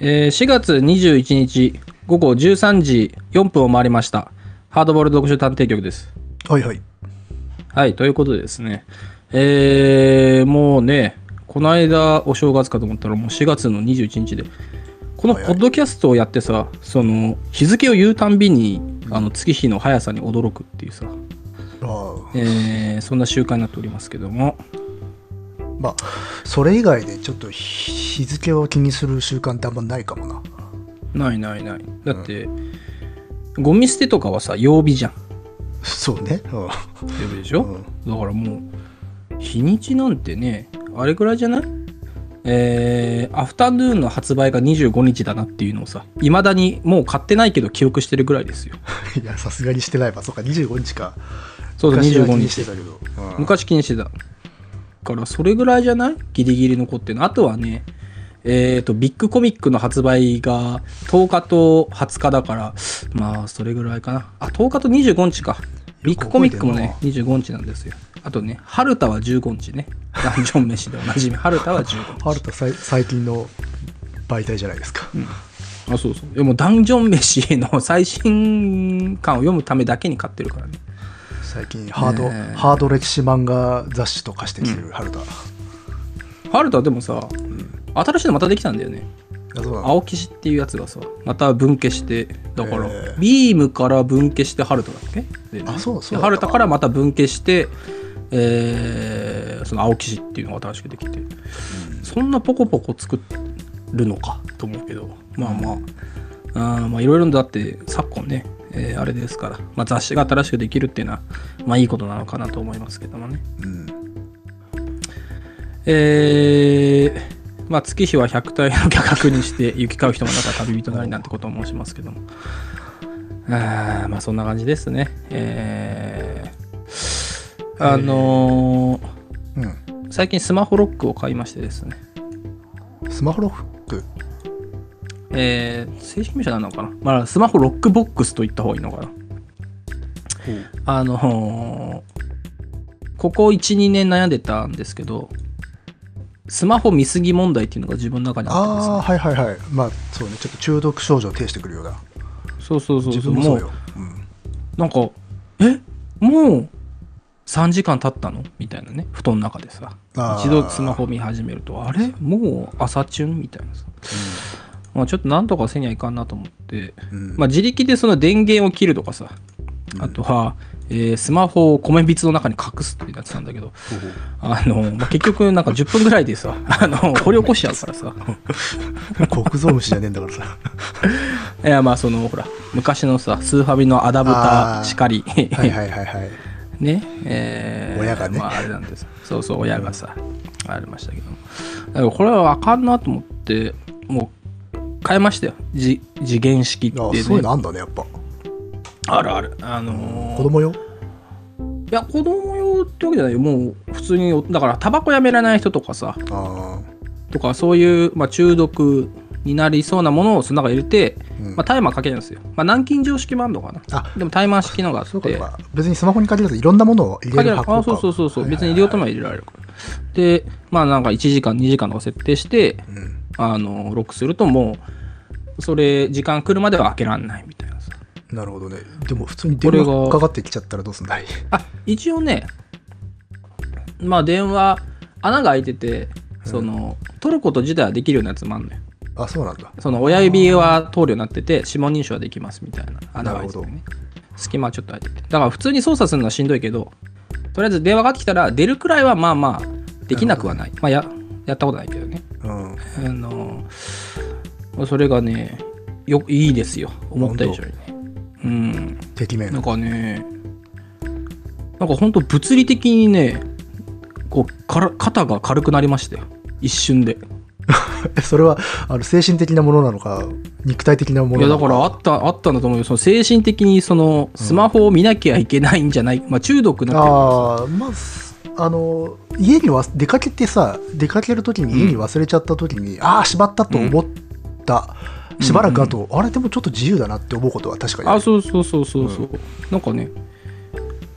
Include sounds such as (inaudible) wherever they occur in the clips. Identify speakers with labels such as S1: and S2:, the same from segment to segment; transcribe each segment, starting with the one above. S1: えー4月21日午後13時4分を回りました。ハードボール読書探偵局です。
S2: はいはい。
S1: はい、ということでですね。えー、もうね、この間お正月かと思ったらもう4月の21日で、このポ
S2: はいはい
S1: ッドキャストをやってさ、その日付を言うたんびに、あの月日の速さに驚くっていうさ、
S2: あ
S1: えーそんな習慣になっておりますけども、
S2: あまあ、それ以外でちょっと日日付を気にする習慣ってあんまないかもな。
S1: ないないない。だって、ゴミ捨てとかはさ、曜日じゃん。
S2: そうね。うん
S1: 曜日でしょ、
S2: うん
S1: だからもう日にちなんてねあれくらいじゃないえー、アフタヌーンの発売が25日だなっていうのをさいまだにもう買ってないけど記憶してるぐらいですよ
S2: いや、さすがにしてないわ。そうか、25日か。
S1: そうだ
S2: 昔は気
S1: 25
S2: にして
S1: 日
S2: たけど。うん
S1: 昔気にしてただからそれぐらいじゃないギリギリ残ってるのあとはねえー、とビッグコミックの発売が10日と20日だからまあそれぐらいかなあ10日と25日かビッグコミックもね25日なんですよあとね春田は15日ねダンジョン飯でおなじみ春田は15日
S2: ハルタ最最近の媒体じゃないですか。
S1: あそうそうでもダンジョン飯の最新刊を読むためだけに買ってるからね
S2: 最近、ハード、
S1: ねえ
S2: ハード歴史漫画雑誌とかしてきてる、ハルタ。
S1: 春田でもさ、新しいのまたできたんだよね
S2: あそうなの
S1: 青騎士っていうやつがさまた分家してだから、
S2: えー
S1: ビームから分家してハルタだっけでね
S2: あそうそう
S1: でハルタからまた分家してえーその青騎士っていうのが新しくできて、そんなポコポコ作るのかと思うけどまあまああーまあいろいろだって昨今ね、えーあれですから、まあ、雑誌が新しくできるっていうのはまあいいことなのかなと思いますけどもね
S2: うん
S1: えーまあ、月日は100体の価格にして行き交う人もなか旅人なりなんてことを申しますけどもあーまあそんな感じですねえーあのー
S2: う
S1: 最近スマホロックを買いましてですね
S2: ん。スマホロック。
S1: えー正式名称なんなのかな、まあ、スマホロックボックスと言った方がいいのかなあのーここ12年悩んでたんですけどスマホ見すぎ問題っていうのが自分の中にあってですね
S2: ああ、はいはいはい。まあ、そうね。ちょっと中毒症状を呈してくるような。
S1: そうそうそう
S2: 自
S1: そう
S2: 分も
S1: も
S2: そ
S1: う
S2: うよ。うん
S1: なんかえもう3時間経ったのみたいなね布団の中でさ
S2: あー
S1: 一度スマホ見始めるとあれもう朝チュンみたいなさ、まあ、ちょっとなんとかせにはいかんなと思って、
S2: うん
S1: まあ、自力でその電源を切るとかさあとは、えースマホを米びつの中に隠すってなってたんだけどあの、まあ、結局なんか10分ぐらいで
S2: (laughs)
S1: さあの掘り起こしちゃうからさ
S2: 国蔵虫じゃねえんだか
S1: (laughs)
S2: らさ。
S1: いやまあそのほら昔のさスーファミのアダブタしかり
S2: はいはいはいはい。
S1: ねえー
S2: 親がね
S1: まあ、あれなんですそうそう親がさ、ありましたけどもだからこれはあかんなと思ってもう変えましたよじ次元式って、
S2: あ
S1: ね、
S2: そういうのあんだね、やっぱ。
S1: あるあるあのー
S2: 子供よ。
S1: いや子供用ってわけじゃないよもう普通にだからタバコやめられない人とかさ
S2: あ
S1: とかそういう、まあ、中毒になりそうなものをその中に入れて、
S2: うん
S1: まあ、タイマーかけるんですよ、まあ、南京錠式もあるのかな
S2: あ。
S1: でもタイマー式のがあ
S2: あ、
S1: っ
S2: そうか
S1: て
S2: そうか。別にスマホに限らずいろんなものを入れる
S1: あ
S2: 箱か。
S1: そうそうそうそう、
S2: はいはい
S1: 別に入れようとも入れられるからでまあなんか1時間2時間の設定して
S2: うん。
S1: あのロックするともうそれ時間来るまでは開けらんないみたいなさ
S2: なるほどね。でも普通に電
S1: これ
S2: 話
S1: が
S2: かかってきちゃったらどうすんだい。
S1: あ一応ねまあ電話穴が開いててその、取ること自体はできるようなやつもあんのよ
S2: あ、そうなんだ。
S1: その親指は通るようになってて指紋認証はできますみたいな穴が開いてて
S2: な
S1: ね隙間はちょっと開いててだから普通に操作するのはしんどいけどとりあえず電話がかかってきたら出るくらいはまあまあできなくはないまあややったことないけどね
S2: うん。
S1: あのそれがねよいいですよ思った以上にねうん
S2: てきめん
S1: なん。かねなんか本当物理的にねこうから肩が軽くなりましたよ一瞬で
S2: (laughs) それはあの精神的なものなのか、肉体的なも
S1: い
S2: の
S1: や
S2: な
S1: だ
S2: のか。
S1: からあったあったんだと思うよその精神的にそのスマホを見なきゃいけないんじゃない、まあ中毒になってるか
S2: ああまあすあの家にわ出かけてさ出かける時に家に忘れちゃった時に、ああしまったと思った、
S1: ん
S2: しばらく後、あれでもちょっと自由だなって思うことは確かに
S1: らさ
S2: あ
S1: あそうそうそうそうそう、なんかね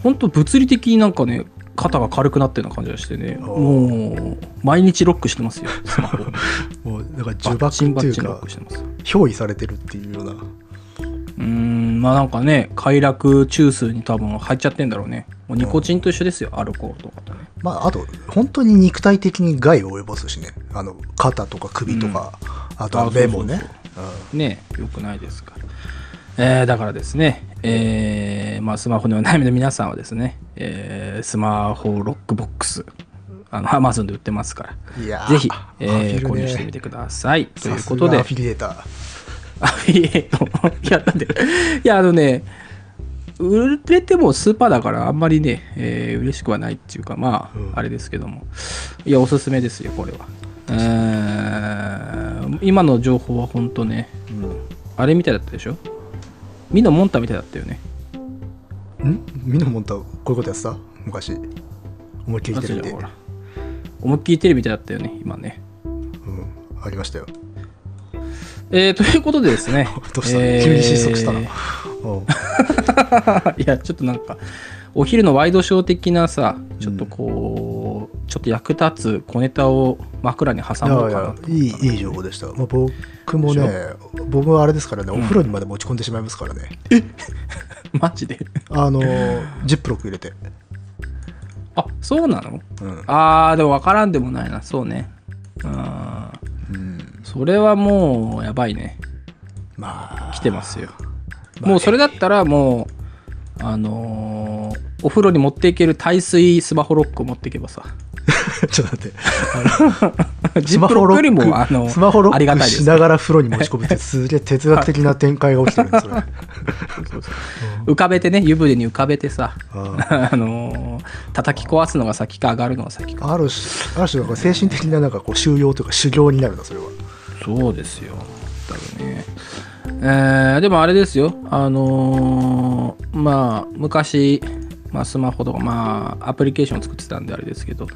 S1: 本当物理的になんかね肩が軽くなってるような感じがしてね
S2: あー
S1: もう毎日ロックしてますよスマホ
S2: もうだから
S1: バ
S2: (laughs) 呪
S1: ッチン
S2: 縛っ
S1: バ
S2: て
S1: ッ
S2: いう
S1: チンロッ
S2: か
S1: クしてます
S2: 憑依されてるっていうような
S1: うーんまあなんかね快楽中枢に多分入っちゃってんだろうねもうニコチンと一緒ですよ、アルコールとかとね
S2: まあ、あと、本当に肉体的に害を及ぼすしね。あの、肩とか首とか、あとは目もね。
S1: ねよくないですから、えーだからですね、えーまあ、スマホにお悩みの皆さんはですね、えースマホロックボックスあの Amazon で売ってますから
S2: いやー
S1: ぜひ、え
S2: アフィ
S1: ー
S2: ルね
S1: 購入してみてくださいと
S2: さ
S1: い
S2: す
S1: うこ
S2: が
S1: と
S2: ア
S1: で
S2: フィリエータ
S1: アフィリエイトいやだっていやあのね売れてもスーパーだからあんまりね、えー嬉しくはないっていうかまあ、
S2: うん
S1: あれですけどもいやおすすめですよこれはえー今の情報は本当ね
S2: ー。う
S1: あれみたいだったでしょミノモンタみたいだったよね
S2: ん。んミノモンタ、こういうことやってた昔。思いっきりテレビで。
S1: ほ
S2: う
S1: ら思いっきりテレビみたいだったよね今ね
S2: ん。ありまし
S1: (laughs)
S2: たよ。
S1: えーということでですね
S2: (laughs) どうした急に失
S1: (laughs)
S2: 速したな。
S1: えー
S2: うん
S1: いやちょっとなんかお昼のワイドショー的なさちょっとこう、ちょっと役立つ小ネタを枕に挟
S2: いや
S1: もう
S2: い
S1: かな
S2: や
S1: と
S2: いいいい情報でした、まあ、僕もね僕はあれですからねお風呂にまで持ち込んでしまいますからね、
S1: (laughs) マジで
S2: あのジップロック入れて、
S1: あそうなの
S2: うん
S1: あーでも分からんでもないなそうねうん
S2: うん、
S1: それはもうやばいね
S2: まあ (laughs)
S1: 来てますよ
S2: まあ
S1: もうそれだったらもうあのーお風呂に持っていける耐水スマホロックを持っていけばさ
S2: ちょっと待
S1: (laughs)
S2: って
S1: ジップロックよりもあの
S2: スマホロ
S1: ありが
S2: ッ
S1: た
S2: ク
S1: いで
S2: し
S1: す
S2: ながら風呂に持ち込むってすげえ哲学的な展開が起きてるんですよ、ね、
S1: 浮かべてね湯船に浮かべてさ
S2: あ
S1: (laughs) あのー叩き壊すのが先か上がるのが先か
S2: ある種ある種なんか精神的ななんかこう修養というか修行になるなそれは
S1: そうですよだからねえーでもあれですよあのーまあ昔、まあ、スマホとかまあアプリケーションを作ってたんであれですけど、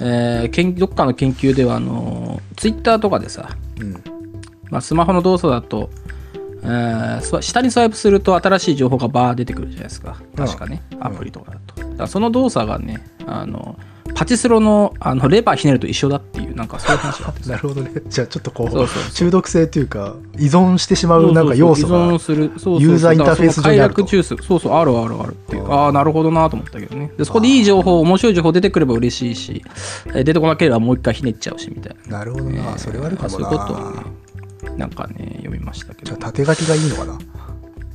S1: えー研どっかの研究ではあのツイッター Twitter とかでさ、
S2: うん
S1: まあ、スマホの動作だと、えースワ下にスワイプすると新しい情報がバー出てくるじゃないですか確かね、アプリとかだとだからその動作がねあのパチスロのあのレバーひねると一緒だっていうなんかそういう話があって
S2: なるほどねじゃあちょっとこう
S1: そうそうそう
S2: 中毒性というか依存してしまうなんか要素
S1: 依
S2: が
S1: 存するそうそうそう
S2: ユーザーインターフェース上にあると
S1: だからその快楽中枢そうそうあるあるあるっていう
S2: あー
S1: ああーなるほどなと思ったけどねでそこでいい情報面白い情報出てくれば嬉しいしえー出てこなければもう一回ひねっちゃうしみたいな
S2: なるほどな、
S1: えー
S2: それはあるかもな
S1: そういうことをねなんかね読みましたけ
S2: じゃ
S1: ど
S2: あ縦書きがいいのかな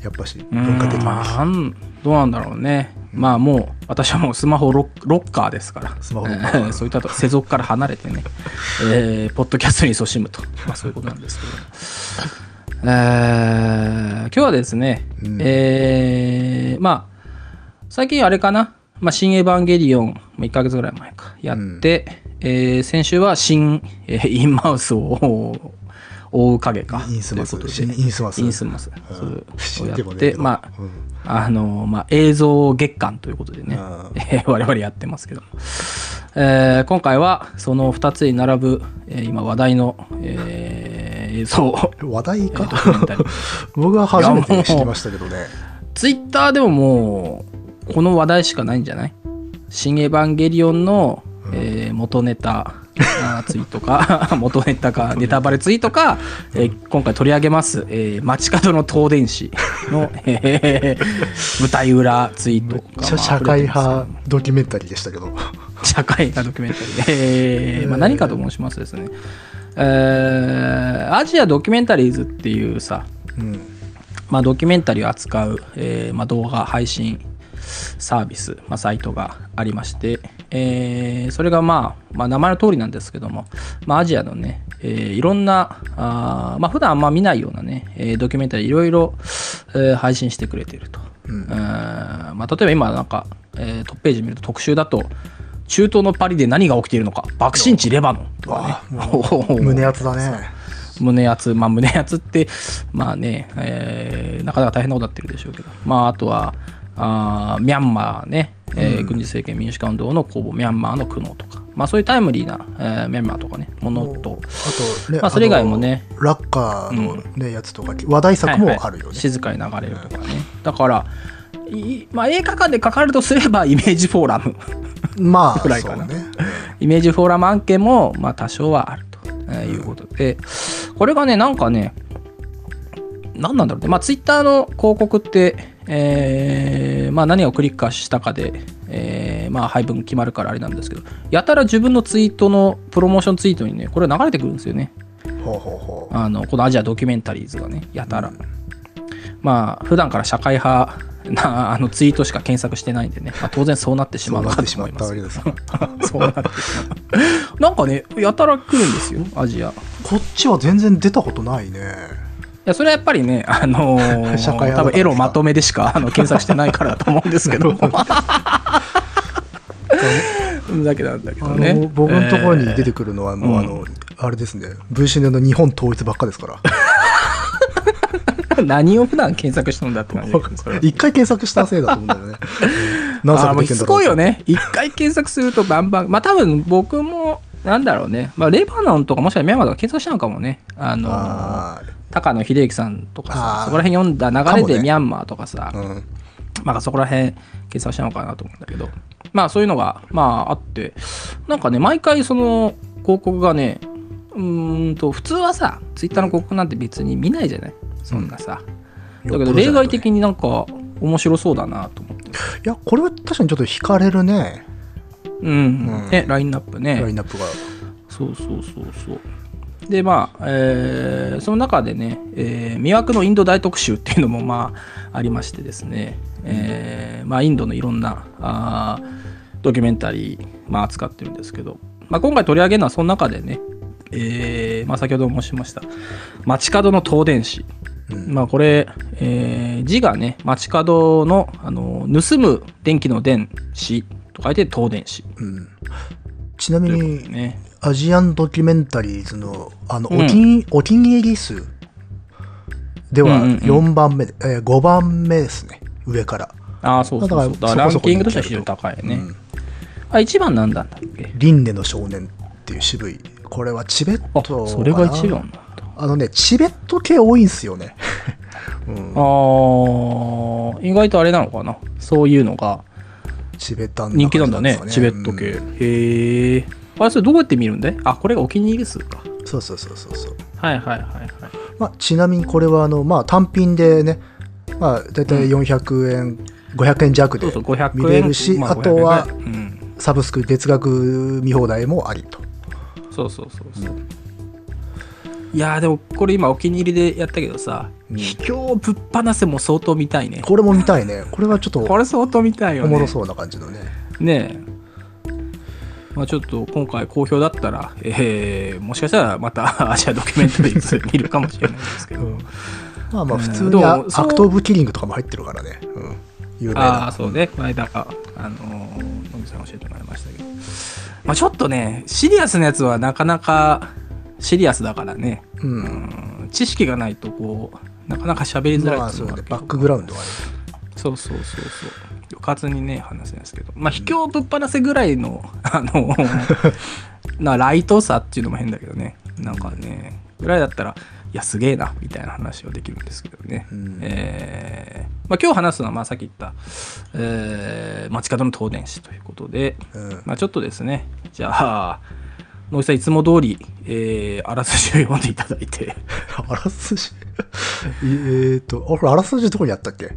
S2: やっぱし文化的
S1: うん
S2: に、
S1: まあなんどうなんだろうね、まあもう私はもうスマホロッロッカーですから
S2: スマホロ
S1: え
S2: ッカー
S1: ー (laughs) そういったと世俗から離れて
S2: (laughs)
S1: ね、えーポッドキャストに勤しむと、まあ、そういうことなんです
S2: (laughs)
S1: けど、えー今日はですね、
S2: うん
S1: えーまあ最近あれかな「まあ、新エヴァンゲリオン」1ヶ月ぐらい前かやって、えー先週は新、えーインマウスを (laughs) 覆う影か
S2: インスマス
S1: ということ
S2: 新
S1: で
S2: インスマス
S1: インスマス
S2: う
S1: を
S2: ん死ん
S1: や
S2: でもね
S1: っ
S2: えけ
S1: て、
S2: ど
S1: まあ
S2: うん
S1: あのまあ、映像月間ということでね、
S2: う
S1: (laughs)
S2: ん
S1: えー我々やってますけども、えー今回はその2つに並ぶ、えー今話題の、えー映像
S2: (laughs) 話題
S1: えードキュメンタリ
S2: か
S1: ー
S2: 僕は初めて知りましたけどね
S1: ツイッターでももうこの話題しかないんじゃない新エヴァンゲリオンの、えー元ネタあーツイートか (laughs) 元ネタかネタバレツイートか、えー今回取り上げます、えー街角の東電子
S2: (laughs)
S1: の、えー舞台裏ツイート
S2: め
S1: が
S2: っちゃ社会派ドキュメンタリーでしたけど
S1: 社会派ドキュメンタリー、えーまあ、何かと申しますとですね、えーアジアドキュメンタリーズっていうさ、
S2: うん
S1: まあ、ドキュメンタリーを扱う、えーまあ、動画配信サービス、まあ、サイトがありまして、えーそれが、まあ、まあ名前の通りなんですけども、まあ、アジアのね、えーいろんなあー、まあ普段あんま見ないようなね、えードキュメンタリーいろいろ、えー配信してくれてると、
S2: うん
S1: えーまあ、例えば今なんか、えートップページ見ると特集だと中東のパリで何が起きているのか爆心地レバノンとかね
S2: 胸熱だね
S1: 胸圧まあ胸圧ってまあね、えーなかなか大変なことになってるでしょうけどまああとはあーミャンマーね、えー軍事政権民主化運動の公募ミャンマーの苦悩とかまあそういうタイムリーな、えーミャンマーとかねものと
S2: あとね
S1: まあそれ以外もね
S2: あのラッカーのねやつとか話題作もあるよ
S1: はいはい
S2: ね
S1: 静かに流れるとかねだからいまあ、映画館でかかるとすればイメージフォーラム
S2: まあ
S1: ぐらい
S2: そ
S1: か
S2: う
S1: な
S2: ね
S1: イメージフォーラム案件もまあ多少はあるとえーいうことで、これがね、なんかね、何なんだろうね、まあ、ツイッターの広告って、えーまあ、何をクリックしたかで、えーまあ、配分決まるからあれなんですけど、やたら自分のツイートの、プロモーションツイートにね、これ流れてくるんですよね。
S2: ほうほうほう
S1: あのこのアジアドキュメンタリーズがねやたら、まあ普段から社会派なあのツイートしか検索してないんでね、まあ当然そうなってしま
S2: そう
S1: うの
S2: なっ
S1: か
S2: て
S1: と
S2: しま
S1: 思い
S2: っ
S1: ま
S2: たわ
S1: す
S2: け
S1: (laughs)
S2: ですよ
S1: そうなってしまうなんかねやたら来るんですよアジアい
S2: こっちは全然出たことないね
S1: やそれはやっぱりねあのー
S2: 社会派だ
S1: 多分エロまとめでしかあの検索してないからだと思うんですけ
S2: (laughs)
S1: どだけなんだけ
S2: あ
S1: ど
S2: の、
S1: ね
S2: 僕のところに出
S1: えー
S2: てくるのはもう、
S1: うん
S2: あのあれですね VCN の日本統一ばっかですか
S1: (laughs)
S2: ら
S1: 何を普段検索してるんだって感じだけどそれは
S2: 一回検索したせいだと思うんだ
S1: (laughs)
S2: よね何
S1: ああー
S2: 作
S1: もう
S2: でき
S1: し
S2: るん
S1: つ
S2: だろ
S1: こ
S2: う
S1: いよね。一回検索するとバンバン。まあ多分僕も、なんだろうね。まあレバノンとかもしくはミャンマーとか検索したのかもね。あの
S2: あー
S1: 高野秀之さんとか
S2: あー
S1: さ、そこら辺読んだ流れ
S2: かも
S1: で
S2: ね
S1: ミャンマーとかさ、
S2: うん
S1: まあそこら辺検索したのかなと思うんだけど。まあそういうのが、まああって、なんかね、毎回その広告がね、うーんと、普通はさ、ツイッターの広告なんて別に見ないじゃない。そんなさ。だけど例外的
S2: い
S1: になんか面白そうだなと思って。
S2: やこれは確かにちょっと惹かれるね
S1: うん。
S2: うん
S1: ね、ラインナップね。
S2: ラインナップが
S1: そうそうそうそう。でまあ、えーその中でね、えー魅惑のインド大特集っていうのもまあありましてですね、えーまあ、インドのいろんなあードキュメンタリー、まあ、扱ってるんですけど、まあ、今回取り上げるのはその中でね、えーまあ、先ほども申しました街角の東電子、
S2: うん
S1: まあ、これ、えー字がね街角のあの盗む電気の電子と書いて東電子
S2: うんちなみ
S1: という
S2: に
S1: ことでね。
S2: アジアンドキュメンタリーズのあのお
S1: うん
S2: 気に、お気に入り数で
S1: う
S2: は
S1: んうんうん
S2: 4番目、えー5番目ですね上から、
S1: ああ、そうそうそう。
S2: だ
S1: だか
S2: か
S1: らら
S2: そ
S1: ラ
S2: こそ
S1: ン
S2: こ
S1: キングとしては非常に高いね。あ、一番なんだったっけ
S2: 輪廻の少年っていう渋いこれはチベッ
S1: あ、
S2: ト
S1: それが一
S2: か
S1: 番
S2: な
S1: なんだ。
S2: あのねチベット系多いんすよね、うん
S1: あ、ー意外とあれなのかな。そういうのが
S2: チベタン
S1: 人気なんだね。
S2: 感じ
S1: チ
S2: な
S1: ベ
S2: ん
S1: ッ
S2: です
S1: ト
S2: か
S1: 系。
S2: ね
S1: へえ。あれ、それどうやって見るんだいあ、これがお気に入り数か。
S2: うんそうそうそうそうそう
S1: はいはいはいはい。
S2: まあ、ちなみにこれはあの、まあ、単品でね、まあ、大体400円、500円弱
S1: そ
S2: で
S1: うそう、500円。
S2: 見れるし、
S1: ま
S2: あとは
S1: 500円ぐらいうん。
S2: サブスク月額見放題もありと。
S1: そうそうそうそうう。いやーでもこれ今お気に入りでやったけどさ「
S2: うん
S1: 秘境ぶっ放せ」も相当見たいね
S2: これも見たいね。これはちょっと
S1: これ相当見たいよ
S2: お
S1: ね
S2: もろそうな感じのね。
S1: ねえ、まあ、ちょっと今回好評だったら、えーもしかしたらまた (laughs) アジアドキュメンタリーズ見るかもしれないですけど、
S2: うんまあま
S1: う
S2: あ、
S1: ん
S2: 普通
S1: で
S2: に
S1: も
S2: あアク
S1: そう
S2: ト・オブ・キリングとかも入ってるからね。うん、有名
S1: あ
S2: な
S1: あ。そうねこの間あのー野木さん教えてもらいましたけど、まあ、ちょっとねシリアスなやつはなかなかシリアスだからね、
S2: うん。
S1: うん知識がないとこうなかなか喋りづらい
S2: まあ、
S1: ってい
S2: そうう
S1: のもあ
S2: ね
S1: る。けど
S2: バックグラウンドはね。
S1: そうそうそうそう。うかずにね、話せないですけど。まあ、卑怯ぶっ放せぐらいの、 (laughs) あ
S2: (laughs)
S1: の、な、ライトさっていうのも変だけどね。なんかね、ぐらいだったら、いや、すげえな、みたいな話はできるんですけどね。
S2: うん
S1: えーまあ、今日話すのは、まあ、さっき言った、えー、街角の東電子ということで、
S2: うん
S1: まあ、ちょっとですね、じゃあ、野木さん、いつも通り、えー、あらすじを読んでいただいて。
S2: あらすじ (laughs) えっと、あこれあらすじどこにあったっけ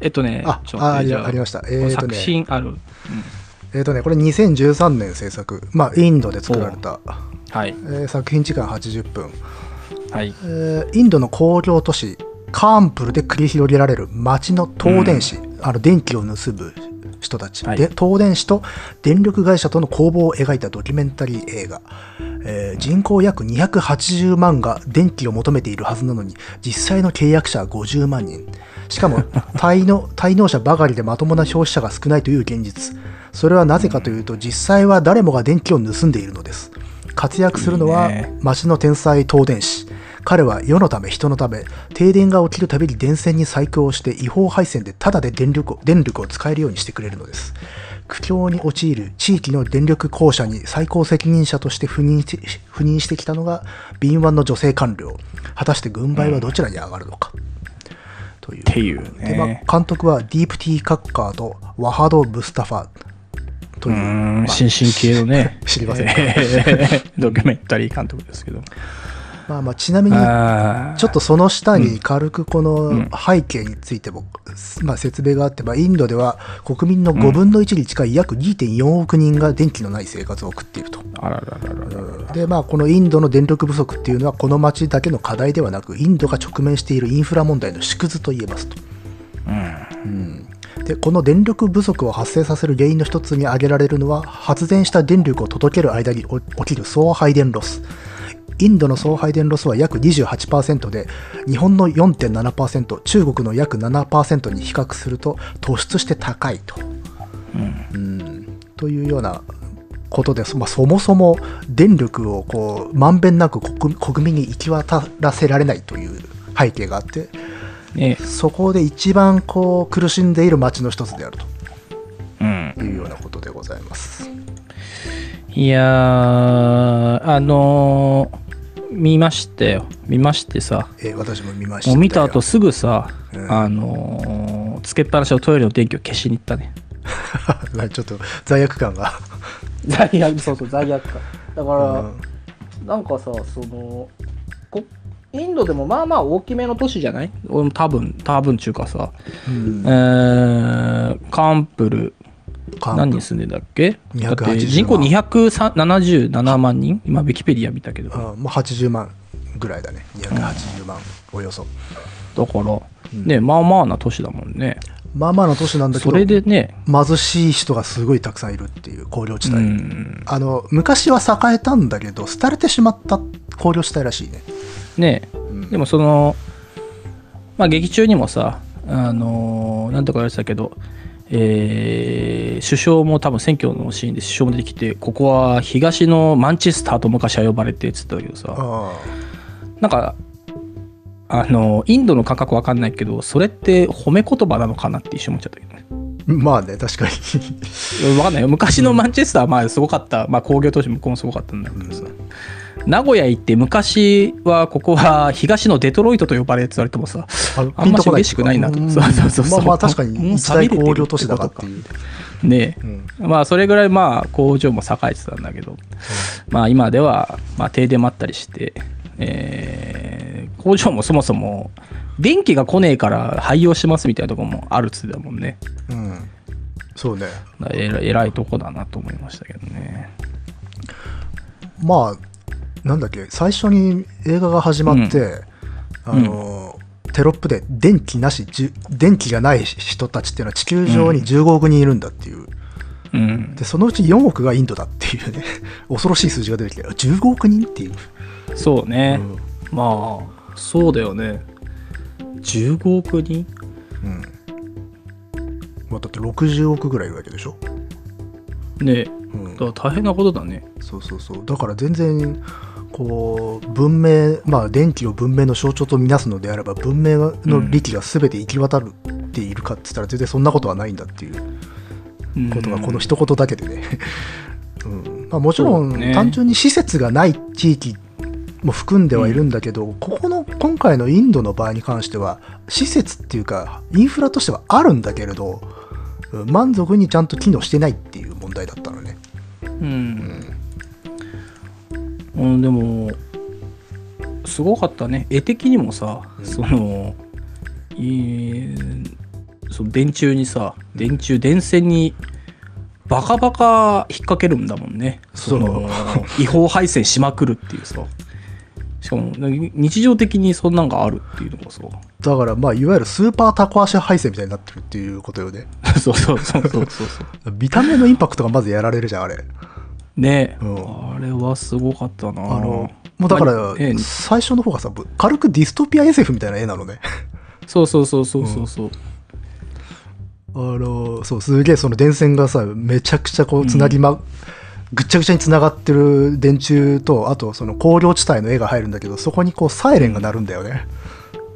S1: えっとね、
S2: あ
S1: ちょっと待って
S2: あ
S1: じゃ
S2: ありましたえーと
S1: 作
S2: ね
S1: 品ある。うん
S2: えっ、とね、これ2013年制作。まあ、インドで作られた。
S1: はい
S2: え。ー作品時間80分、
S1: はい。
S2: えーインドの工業都市カーンプルで繰り広げられる町の東電子、あの電気を盗む人たち、
S1: はい
S2: で東電子と電力会社との攻防を描いたドキュメンタリー映画、えー人口約280万が電気を求めているはずなのに実際の契約者は50万人
S1: (laughs)
S2: しかも滞納滞納者ばかりでまともな消費者が少ないという現実それはなぜかというと実際は誰もが電気を盗んでいるのです活躍するのはい
S1: いね
S2: 町の天才東電師彼は世のため人のため停電が起きるたびに電線に細工をして違法配線でタダで電力を電力を使えるようにしてくれるのです苦境に陥る地域の電力公社に最高責任者として赴任し赴任してきたのが敏腕の女性官僚果たして軍配はどちらに上がるのか、という
S1: っていう
S2: でま
S1: ね。
S2: あ監督はディープティー・カッカーとワハド・ムスタファと
S1: う
S2: いう、
S1: ーん
S2: まあ
S1: 新進系のね (laughs)
S2: 知りませんか
S1: えードキュメンタリー監督ですけど
S2: まあまあ、ちなみに、
S1: あー
S2: ちょっとその下に軽くこ
S1: うん
S2: の背景についても、まあ、説明があって、まあ、インドでは国民の5分の1に近い約2.4億人が電気のない生活を送っていると。
S1: あらららららら
S2: でまあ、このインドの電力不足っていうのはこの町だけの課題ではなくインドが直面しているインフラ問題の縮図と言えますと、うんでこの電力不足を発生させる原因の一つに挙げられるのは発電した電力を届ける間にお起きる総配電ロスインドの総配電ロスは約28%で日本の4.7%中国の約7%に比較すると突出して高いと。うんというようなことです、まあ、そもそも電力をこうまんべんなく国国民に行き渡らせられないという背景があって
S1: ね
S2: そこで一番こう苦しんでいる町の一つである
S1: うん
S2: というようなことでございます。
S1: いやーあのー見ましたよ見ましてさ
S2: えー私も見ました
S1: もう見た
S2: (laughs)
S1: 後すぐさ、
S2: うん
S1: あのーつけっぱなしのトイレの電気を消しに行ったね
S2: ちょっと罪悪感が、
S1: 罪悪そうそう罪悪感だか
S2: うん
S1: なんかさそのこインドでもまあまあ大きめの都市じゃない俺も多分多分中華さ、
S2: うん
S1: えー、カンプル
S2: 感
S1: 何人住んでんだっけだ
S2: 280
S1: って人口
S2: 万
S1: 277万人今ウィキペディア見たけど
S2: うんもう80万ぐらいだね280万およそ、
S1: だからねまあまあな都市だもんね
S2: まあまあの都市なんだけ
S1: そ
S2: ど
S1: れでね
S2: 貧しい人がすごいたくさんいるっていう工業地
S1: う
S2: 帯、
S1: ん
S2: あの昔は栄えたんだけど廃れてしまった工業地帯らしいね、
S1: ね
S2: うん
S1: でもそのまあ劇中にもさあのーなんとか言われてたけどえー首相も多分選挙のシーンで首相も出てきてここは東のマンチェスターと昔は呼ばれてっつったけどさ
S2: あ
S1: なんかあのーインドの感覚わかんないけどそれって褒め言葉なのかなって一瞬思っちゃったけどね
S2: あまあね確かに
S1: わかんないよ昔のマンチェスターはまあすごかった、まあ、工業都市向こうもすごかったんだけどさ、名古屋行って昔はここは東のデトロイトと呼ばれてたりともさあんまし嬉しくないなと
S2: うん
S1: そうそうそうそう
S2: まあまあ確かに
S1: もう
S2: 一大
S1: 寂れてる
S2: 工業都市だからっていう
S1: ね
S2: うん
S1: まあそれぐらいまあ工場も栄えてたんだけど、まあ今ではまあ停電もあったりして、えー工場もそもそも電気が来ねえから廃業しますみたいなところもあるっつってたもんね
S2: うんそうね
S1: だからえらえらいとこだなと思いましたけどね
S2: まあなんだっけ最初に映画が始まって、あの、テロップで電気なしじゅ電気がない人たちっていうのは地球上に15億人いるんだっていう、
S1: うん
S2: でそのうち4億がインドだっていうね (laughs) 恐ろしい数字が出てきて15億人っていう、
S1: そうね、
S2: うん
S1: まあそうだよね15億人
S2: うん。まあ、だって60億ぐらいいるわけでしょ。
S1: ねえ
S2: うん。
S1: だから大変なことだね
S2: そうそうそう。だから全然、こう、文明、まあ、電気を文明の象徴とみなすのであれば、文明の利器が全て行き渡るっているかって言ったら、全然そんなことはないんだっていうことが、この一言だけでね。うん。まあ、もちろ、
S1: そうんね
S2: 単純に施設がない地域、も含んではいるんだけど、ここの今回のインドの場合に関しては施設っていうかインフラとしてはあるんだけれどうん満足にちゃんと機能してないっていう問題だったのね。
S1: うん、うん、でもすごかったね絵的にもさ、
S2: うん
S1: そのいーその電柱にさ電柱電線にバカバカ引っ掛けるんだもんね
S2: そう
S1: の違法配線しまくるっていうさしかも日常的にそんなんがあるっていうの
S2: (laughs)
S1: がさ
S2: だからまあいわゆるスーパータコ足配線みたいになってるっていうことよね。
S1: そうそう (laughs) そうそうそうそう。
S2: 見た目のインパクトがまずやられるじゃんあれ。
S1: ね、
S2: うん
S1: あれはすごかったな。
S2: あのもうだか
S1: ま
S2: ら
S1: あええ
S2: 最初の方がさぶ軽くディストピア SF みたいな絵なのね。
S1: そうそうそうそうそうそう。
S2: あのそうすげえその電線がさめちゃくちゃこうつなぎま、ぐっちゃぐちゃにつながってる電柱とあとその工業地帯の絵が入るんだけどそこにこうサイレンが鳴るんだよね。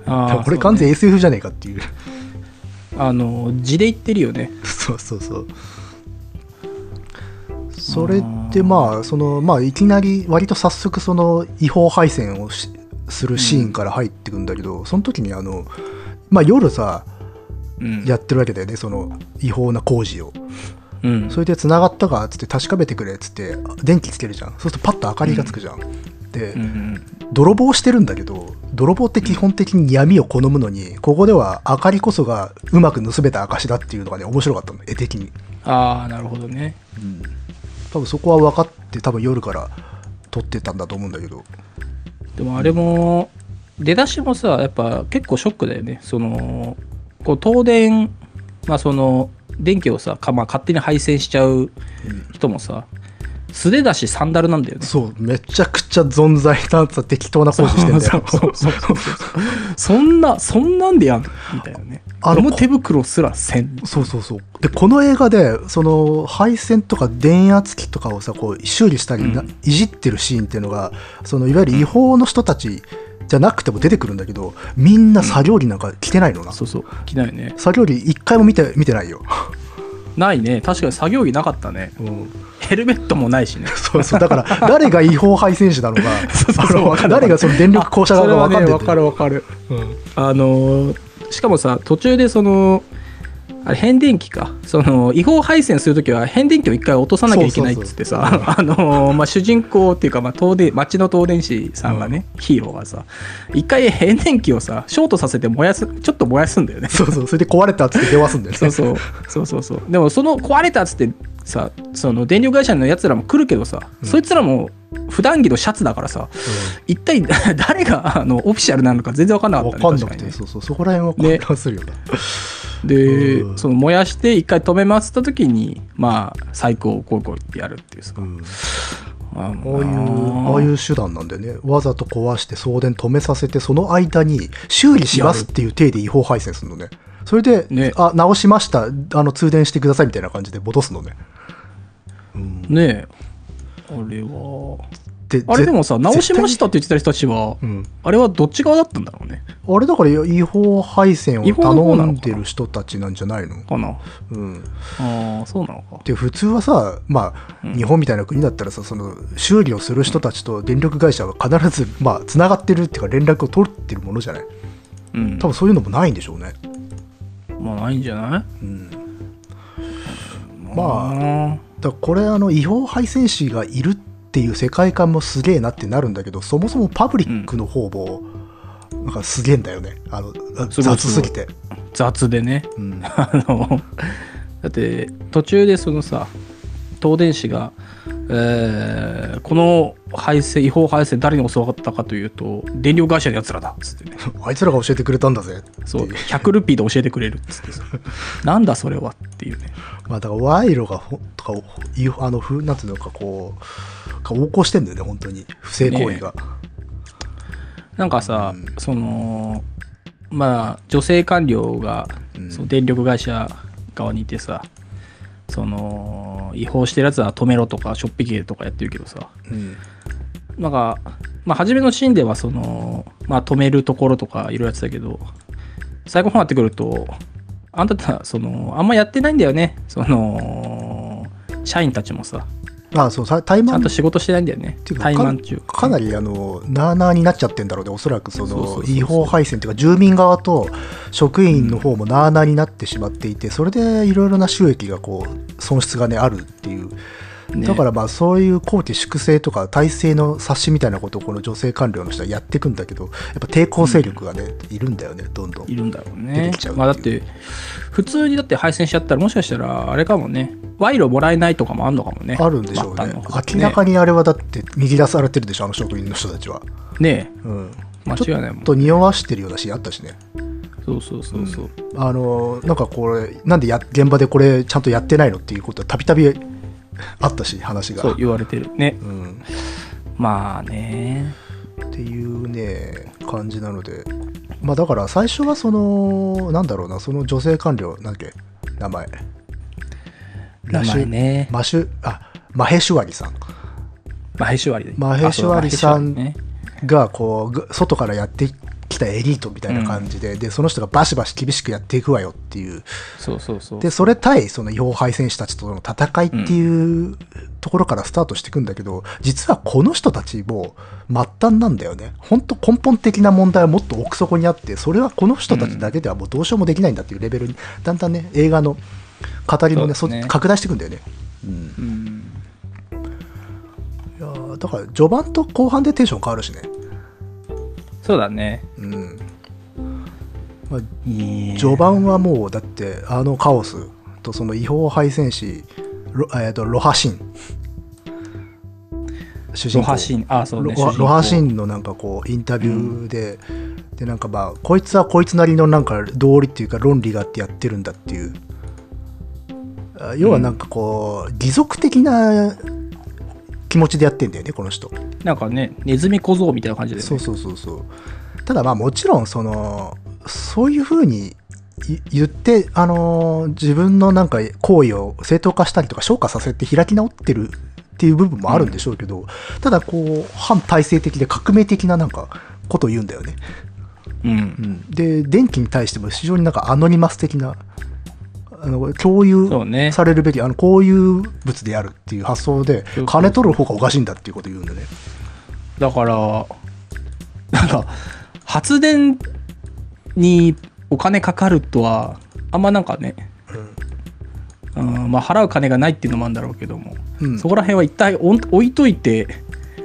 S1: あー
S2: これ完全 SF じゃねえかっていう。 (laughs)
S1: そうねあの字で言ってるよね。
S2: そうそうそう。それってまあそのまあいきなり割と早速その違法配線をしするシーンから入ってくんだけど、その時にあのまあ夜さ
S1: うん、
S2: やってるわけだよねその違法な工事を。
S1: うん
S2: それで繋がったかっつって確かめてくれっつって電気つけるじゃんそうするとパッと明かりがつくじゃん、で、
S1: うん
S2: 泥棒してるんだけど泥棒って基本的に闇を好むのにここでは明かりこそがうまく盗めた証だっていうのがね面白かったの絵的に
S1: ああなるほどね
S2: 多分そこは分かって多分夜から撮ってたんだと思うんだけど
S1: でもあれも出だしもさやっぱ結構ショックだよねそのこう東電まあその電気をさか、まあ、勝手に配線しちゃう人もさ素手だしサンダルなんだよね
S2: そうめちゃくちゃ存在なさ適当なポーズしてんだ
S1: (laughs)
S2: よ
S1: そうそうそうそんなそんなんでやんみたいなね
S2: あ
S1: あ
S2: の
S1: の手袋すらせん
S2: そうそうそうでこの映画でその配線とか電圧機とかをさこう修理したりな、
S1: うん
S2: いじってるシーンっていうのがそのいわゆる違法の人たちじゃなくても出てくるんだけどみんな作業着なんか着てないのな、
S1: そうそう着ないね
S2: 作業着一回も見て見てないよ、
S1: ないね確かに作業着なかったねヘルメットもないしね
S2: そうそうだから誰が違法配線士なのか
S1: (laughs) そうそうそう
S2: あの
S1: わかる
S2: 誰がその電力公社側が分かん
S1: それ
S2: ない
S1: はねわかるわかるあのーしかもさ途中でそのあれ変電機かその違法配線するときは変電機を一回落とさなきゃいけないっつってさ
S2: そうそう
S1: (laughs) あのーまあ、主人公っていうか、まあ、東電町の東電士さんがね、ヒーローがさ一回変電機をさショートさせて燃やすちょっと燃やすんだよね
S2: そうそうそれで壊れたっつって電話すんだよね
S1: そう
S2: (laughs)
S1: そうそうそうそうでもその壊れたっつってさその電力会社のやつらも来るけどさ、そいつらも普段着のシャツだからさ一体 (laughs) 誰があのオフィシャルなのか全然分かんなかった
S2: 分
S1: ね
S2: かん
S1: 確
S2: なくて、
S1: かにね
S2: そうそうそこら辺は混乱するよな、
S1: で、
S2: うん
S1: その燃やして一回止めますった時にまあ最高こうこうってやるっていうさ、
S2: うん
S1: ああ
S2: ああいう、ああいう手段なんだよね。わざと壊して送電止めさせて、その間に修理しますっていう体で違法配線するのね。それで、
S1: ね
S2: あ、直しました。あの、通電してくださいみたいな感じで戻すのね。
S1: ねえあれは
S2: で。
S1: あれでもさ直しましたたって言ってた人たちは、
S2: うん
S1: あれはどっち側だったんだろうね
S2: あれだから違法配線を
S1: 違法の方なのか
S2: 頼
S1: なん
S2: でる人たちなんじゃないの
S1: かな
S2: うん。
S1: ああそうなのか
S2: で、普通はさ、まあ、日本みたいな国だったらさ、その、修理をする人たちと電力会社は必ず、まあ、つながってるっていうか、連絡を取ってるものじゃない。
S1: うん
S2: 多分そういうのもないんでしょうね。
S1: まあないんじゃない
S2: うん。
S1: あー
S2: だからこれあの違法配線士がいるっていう世界観もすげえなってなるんだけどそもそもパブリックの方も、なんかすげえんだよねあの
S1: すごい
S2: 雑すぎて
S1: 雑でね
S2: うん
S1: あのだって途中でそのさ東電子が、えーこの配線違法配線誰に教わったかというと電力会社のやつらだっつってね
S2: あいつらが教えてくれたんだぜ
S1: そう100ルピーで教えてくれるっつってさなんだそれはっていうね
S2: まあだから賄賂がほとか違法あのふなんていうのかこうか横行してんだよね本当に不正行為が、
S1: なんかさ、そのまあ女性官僚が、
S2: うん
S1: その電力会社側にいてさその違法してるやつは止めろとかショッピングとかやってるけどさ
S2: うん
S1: なんか、まあ、初めのシーンではその、まあ、止めるところとかいろいろやってたけど最後の方になってくるとあんたたそのあんまやってないんだよねその社員たちもさ
S2: あそうさ怠
S1: ちゃん
S2: 慢
S1: と
S2: っ
S1: 仕事してないんだよね
S2: ていうか
S1: 怠慢中
S2: かかなりあのなあなあになっちゃってんだろうねおそらくそ
S1: そうそうそ
S2: の
S1: うそう
S2: 違法配線っていうか住民側と職員の方もなあなあになってしまっていてそれでいろいろな収益がこう損失がねあるっていう
S1: ね
S2: だからまあそういう公器粛正とか体制の冊子みたいなことをこの女性官僚の人はやっていくんだけどやっぱ抵抗勢力がね、いるんだよねどんどん
S1: いるんだろう
S2: 出
S1: ね
S2: てきちゃうっていう
S1: まあだって普通にだって配線しちゃったらもしかしたらあれかもね賄賂もらえないとかもあんのかもね
S2: あるんでしょう
S1: 末
S2: ね
S1: 端の方
S2: 明らかにあれはだって握らされてるでしょあの職員の人たちは、
S1: ね
S2: うん、
S1: 間違いないもん
S2: と匂わしてるようなシーンあったしね
S1: そうそうそうそう、
S2: あのなんかこれなんでや現場でこれちゃんとやってないのっていうことはたびたびあったし話が
S1: そう言われてるね
S2: うん、
S1: まあね
S2: っていうね感じなのでまあだから最初はそのなんだろうなその女性官僚なんだっけ名前
S1: 名前ね
S2: マシュあマヘシュワリさん
S1: マヘシュワリで
S2: マヘシュワリさん
S1: あそうだマヘシュワリね
S2: がこうぐ外からやってきたエリートみたいな感じで、でその人がバシバシ厳しくやっていくわよっていう
S1: そうそうそう
S2: でそれ対その違法敗戦士たちとの戦いっていうところからスタートしていくんだけど、実はこの人たちも末端なんだよね本当根本的な問題はもっと奥底にあってそれはこの人たちだけではもうどうしようもできないんだっていうレベルにだんだんね映画の語りもね
S1: そ
S2: そう
S1: ですね
S2: 拡大していくんだよね、うん、
S1: うん
S2: いやーだから序盤と後半でテンション変わるしね、
S1: そうだね
S2: うんまあ、
S1: いい
S2: 序盤はもうだってあのカオスとその違法敗戦士ロ,、えー、とロハシン主人
S1: ロ
S2: 公
S1: ハシンあそうね
S2: ロロハシ
S1: ン
S2: ンのなんかこうインタビューで、でなんかまあこいつはこいつなりのなんか道理っていうか論理があってやってるんだっていうあ要はなんかこう義足的な気持ちでやってんだよねこの人
S1: なんかねネズミ小僧みたいな感じで、ね、
S2: そうそうそうそうただまあもちろんそのそういうふうにい言って、あのー自分のなんか行為を正当化したりとか昇華させて開き直ってるっていう部分もあるんでしょうけど、ただこう反体制的で革命的ななんかことを言うんだよね、
S1: うん
S2: うん、で電気に対しても非常になんかアノニマス的なあの共有
S1: そうね
S2: されるべき、あのこういう物であるっていう発想で
S1: そう
S2: 金取る方がおかしいんだっていうことを言うんだね
S1: だからなんか発電にお金かかるとはあんまなんかね、うんまあ、払う金がないっていうのもあるんだろうけども、
S2: うん
S1: そこら辺は一体おん置いといて、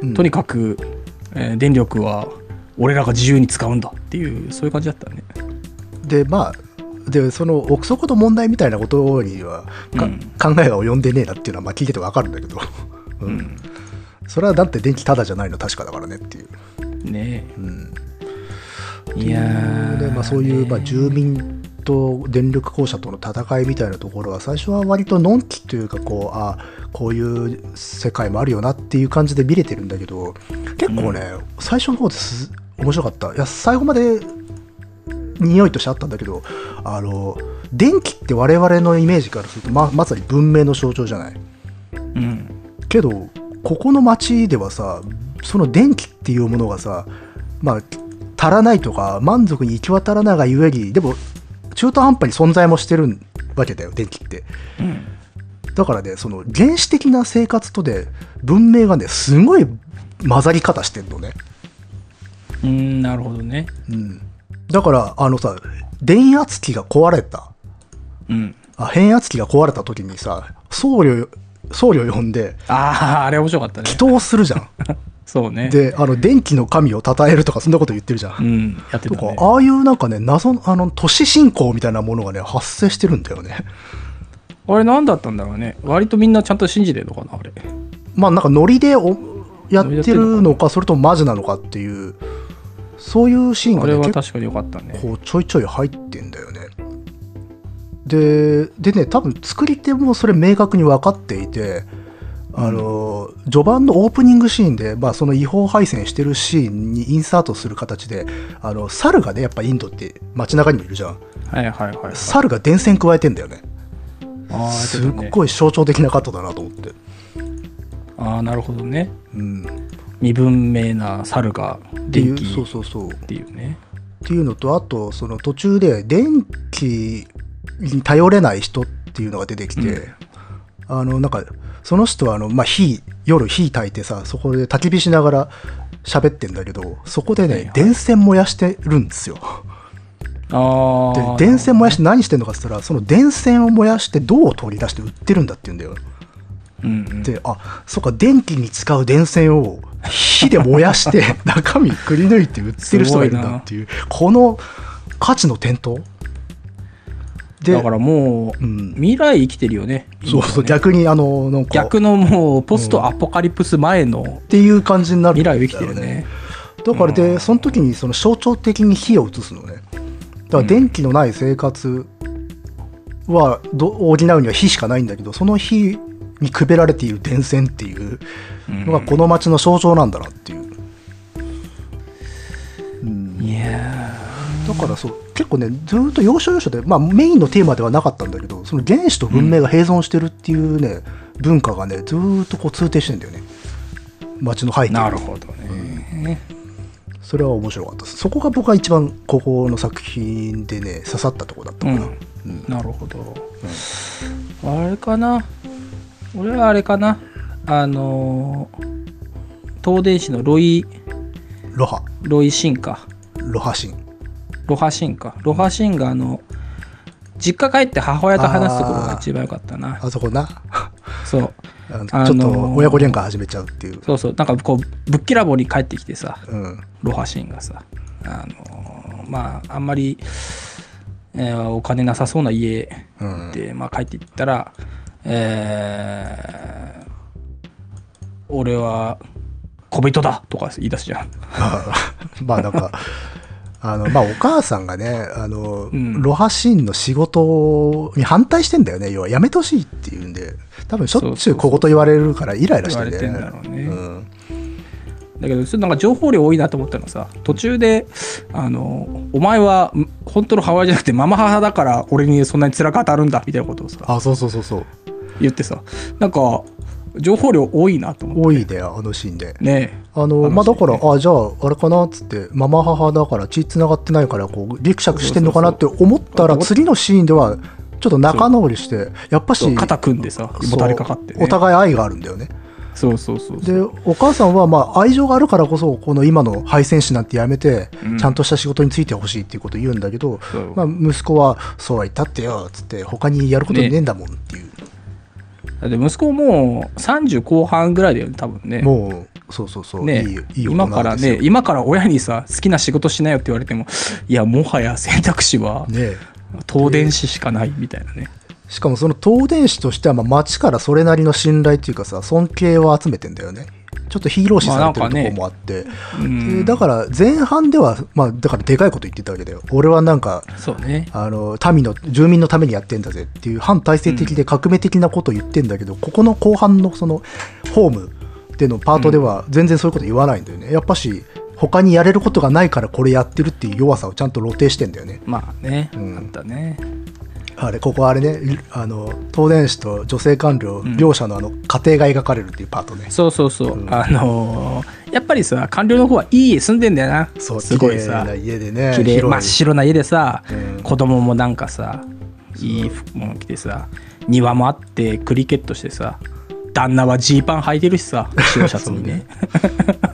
S2: うん
S1: とにかく、えー電力は俺らが自由に使うんだっていうそういう感じだったね。
S2: でまあでその憶測の問題みたいなことには、か
S1: うん
S2: 考えが及んでねえなっていうのはまあ聞いててわかるんだけど、うん
S1: ん
S2: それはだって電気タダじゃないの確かだからねっていう、
S1: ね
S2: うん、
S1: えいやー
S2: で、まあ、そういう、まあ、
S1: ね
S2: 住民と電力公社との戦いみたいなところは最初は割とのんきというかこうあこういう世界もあるよなっていう感じで見れてるんだけど結構ね、最初の方です面白かったいや最後まで匂いとしてあったんだけどあの電気って我々のイメージからするとままさに文明の象徴じゃない
S1: うん
S2: けどここの町ではさその電気っていうものがさまあ足らないとか満足に行き渡らないがゆえにでも中途半端に存在もしてるわけだよ電気って
S1: うん
S2: だからねその原始的な生活とで文明がねすごい混ざり方してんのね
S1: うんなるほどね。
S2: うんだからあのさ電圧機が壊れた
S1: うん、
S2: あ変圧器が壊れた時にさ僧侶僧侶呼んで
S1: あああれ面白かったね。
S2: 祈祷するじゃん
S1: そうね。
S2: であの電気の神を称えるとかそんなこと言ってるじゃ
S1: う
S2: ん
S1: ん、やって
S2: と
S1: た
S2: か
S1: ね、。
S2: ああいうなんかね、謎の、あの、都市信仰みたいなものがね、発生してるんだよね。 (laughs)
S1: あれ何だったんだろうね割とみんなちゃんと信じてるのかなあれ
S2: まあなんかノリでおやっ
S1: ノリでやって
S2: て
S1: るのか
S2: る
S1: な
S2: のか、それともマジなのかっていう、そういうシーン
S1: あ
S2: が
S1: れ
S2: ね、
S1: は
S2: 結
S1: 確かに良かったね
S2: 構ちょいちょい入ってんだよね。で、でね、多分作り手もそれ明確に分かっていて、あの序盤のオープニングシーンで、まあ、その違法配線してるシーンにインサートする形であの猿がねやっぱインドって街中にもいるじゃん
S1: はいはいはい、はい、
S2: 猿が電線加えてんだよね
S1: あ
S2: す
S1: ーやってた
S2: っ
S1: ね
S2: ごい象徴的なカットだなと思って、
S1: あーなるほどね
S2: うん、っ
S1: 未文明な猿が
S2: てい
S1: 電
S2: う
S1: 気っ
S2: そうそうそうって
S1: いうね
S2: ていうのとあとその途中で電気に頼れない人っていうのが出てきて、
S1: うん
S2: あのなんかその人はあの、まあ、火夜火焚いてさそこで焚き火しながら喋ってんだけどそこでね、
S1: はいはい
S2: 電線燃やしてるんですよ
S1: あ
S2: で
S1: あ
S2: 電線燃やして何してんのかって言ったらその電線を燃やして銅を取り出して売ってるんだって言うんだよ
S1: うんうん、
S2: であそっか電気に使う電線を火で燃やして
S1: (laughs)
S2: 中身くり抜いて売ってる人がいるんだっていうこの価値の転倒で
S1: だからもう、
S2: うん
S1: 未来生きてるよね
S2: そうそ
S1: 今ね
S2: う、逆にあのなんかっ
S1: 逆のもうポストアポカリプス前の
S2: ていう感じになるん
S1: 未来
S2: だよ
S1: を生きてるね
S2: だからで、
S1: うん
S2: その時にその象徴的に火を移すのねだから電気のない生活はど補うには火しかないんだけどその火にくべられている電線っていうのがこの町の象徴なんだなっていう、うん
S1: いや
S2: だからそう結構ねずーっと要所要所で、まあ、メインのテーマではなかったんだけどその原始と文明が併存してるっていうね、文化がねずーっとこう通底してんだよね町の背景
S1: ー
S2: に
S1: なるほどね、
S2: それは面白かったですそこが僕は一番ここの作品でね刺さったとこだった
S1: う
S2: か
S1: ん
S2: な、うん
S1: なるほど、あれかな俺はあれかなあのー東電子のロイ
S2: ロハ
S1: ロイシンか
S2: ロハシン
S1: ロハシンかロハシンがあの実家帰って母親と話すところが一番良かったな
S2: あそこな
S1: そう
S2: あの
S1: あのー
S2: ちょっと親子喧嘩始めちゃうっていう、
S1: そうそうなんかこうぶっきらぼうに帰ってきてさ
S2: うん、
S1: ロハシーンがさあのーまああんまり、えーお金なさそうな家
S2: うん
S1: で、まあ、帰っていったら、えー俺は小人だとか言い出すじゃん
S2: (laughs) まあなんか、あの、まあお母さんがね、あの、
S1: ん
S2: ロハシーンの仕事に反対してんだよね。要はやめてほしいって言うんで、多分しょっちゅう小言言われるからイライラしてんだよね。
S1: 言われてんだろうね
S2: うん。
S1: だけどちょっとなんか情報量多いなと思ったのさ途中であの「お前はん本当の母親じゃなくてママ母だから俺にそんなに辛く当たるんだ」みたいなことをさ
S2: あ、そうそうそうそう。
S1: 言ってさなんか情報量多いなと思って
S2: 多いで、あのシーンで。
S1: ね
S2: あ
S1: あの
S2: の、まあ
S1: シー
S2: だ
S1: ンね
S2: から、あ、じゃあ、あれかなっつって、ママ母だから血繋がってないから、こう、ギクシャクしてんのかなって思った
S1: そうそうそ
S2: ら、
S1: う
S2: 次のシーンでは、ちょっと仲直りして、やっぱ
S1: そう
S2: し、
S1: 肩組んでさもたれかかって、ね、
S2: お互い愛があるんだよね。
S1: そうそうそうそう
S2: でお母さんはまあ愛情があるからこそこの今の配線師なんてやめて、
S1: うん
S2: ちゃんとした仕事についてほしいっていうことを言うんだけど
S1: そう、
S2: まあ、息子は「そうは言ったってよ」っつって他にやることねえんだもんっていう、
S1: だって息子も30後半ぐらいだよね多分ね
S2: もうそうそうそう、
S1: ね
S2: いいいい大
S1: 今か
S2: 人
S1: ら
S2: ですよ
S1: ね今から親にさ好きな仕事しなよって言われてもいやもはや選択肢は
S2: ねえ
S1: 東電子しかないみたいなね
S2: しかもその東電師としてはまあ町からそれなりの信頼っていうかさ尊敬を集めてんだよねちょっとヒーロー視されて
S1: まあ
S2: る
S1: なんかね
S2: とこもあって、
S1: うん
S2: でだから前半ではまあだからでかいこと言ってたわけだよ俺はなんか
S1: そうね
S2: あの民の住民のためにやってんだぜっていう反体制的で革命的なことを言ってんだけど、ここの後半のそのホームでのパートでは全然そういうこと言わないんだよね、やっぱし他にやれることがないからこれやってるっていう弱さをちゃんと露呈してんだよね
S1: まあね、
S2: うん
S1: あったね
S2: あれここあれねあの東電子と女性官僚、
S1: ん
S2: 両者のあの家庭が描かれるっていうパートね
S1: そうそうそう、あのーやっぱりさ官僚の方はいい家住んでんだよな
S2: そう
S1: すごいさ
S2: 綺麗な家でね
S1: 綺麗
S2: 広い
S1: 真っ白な家でさ、
S2: うん
S1: 子供もなんかさいい服も着てさ庭もあってクリケットしてさ旦那はジーパン履いてるしさ白シャツにね (laughs)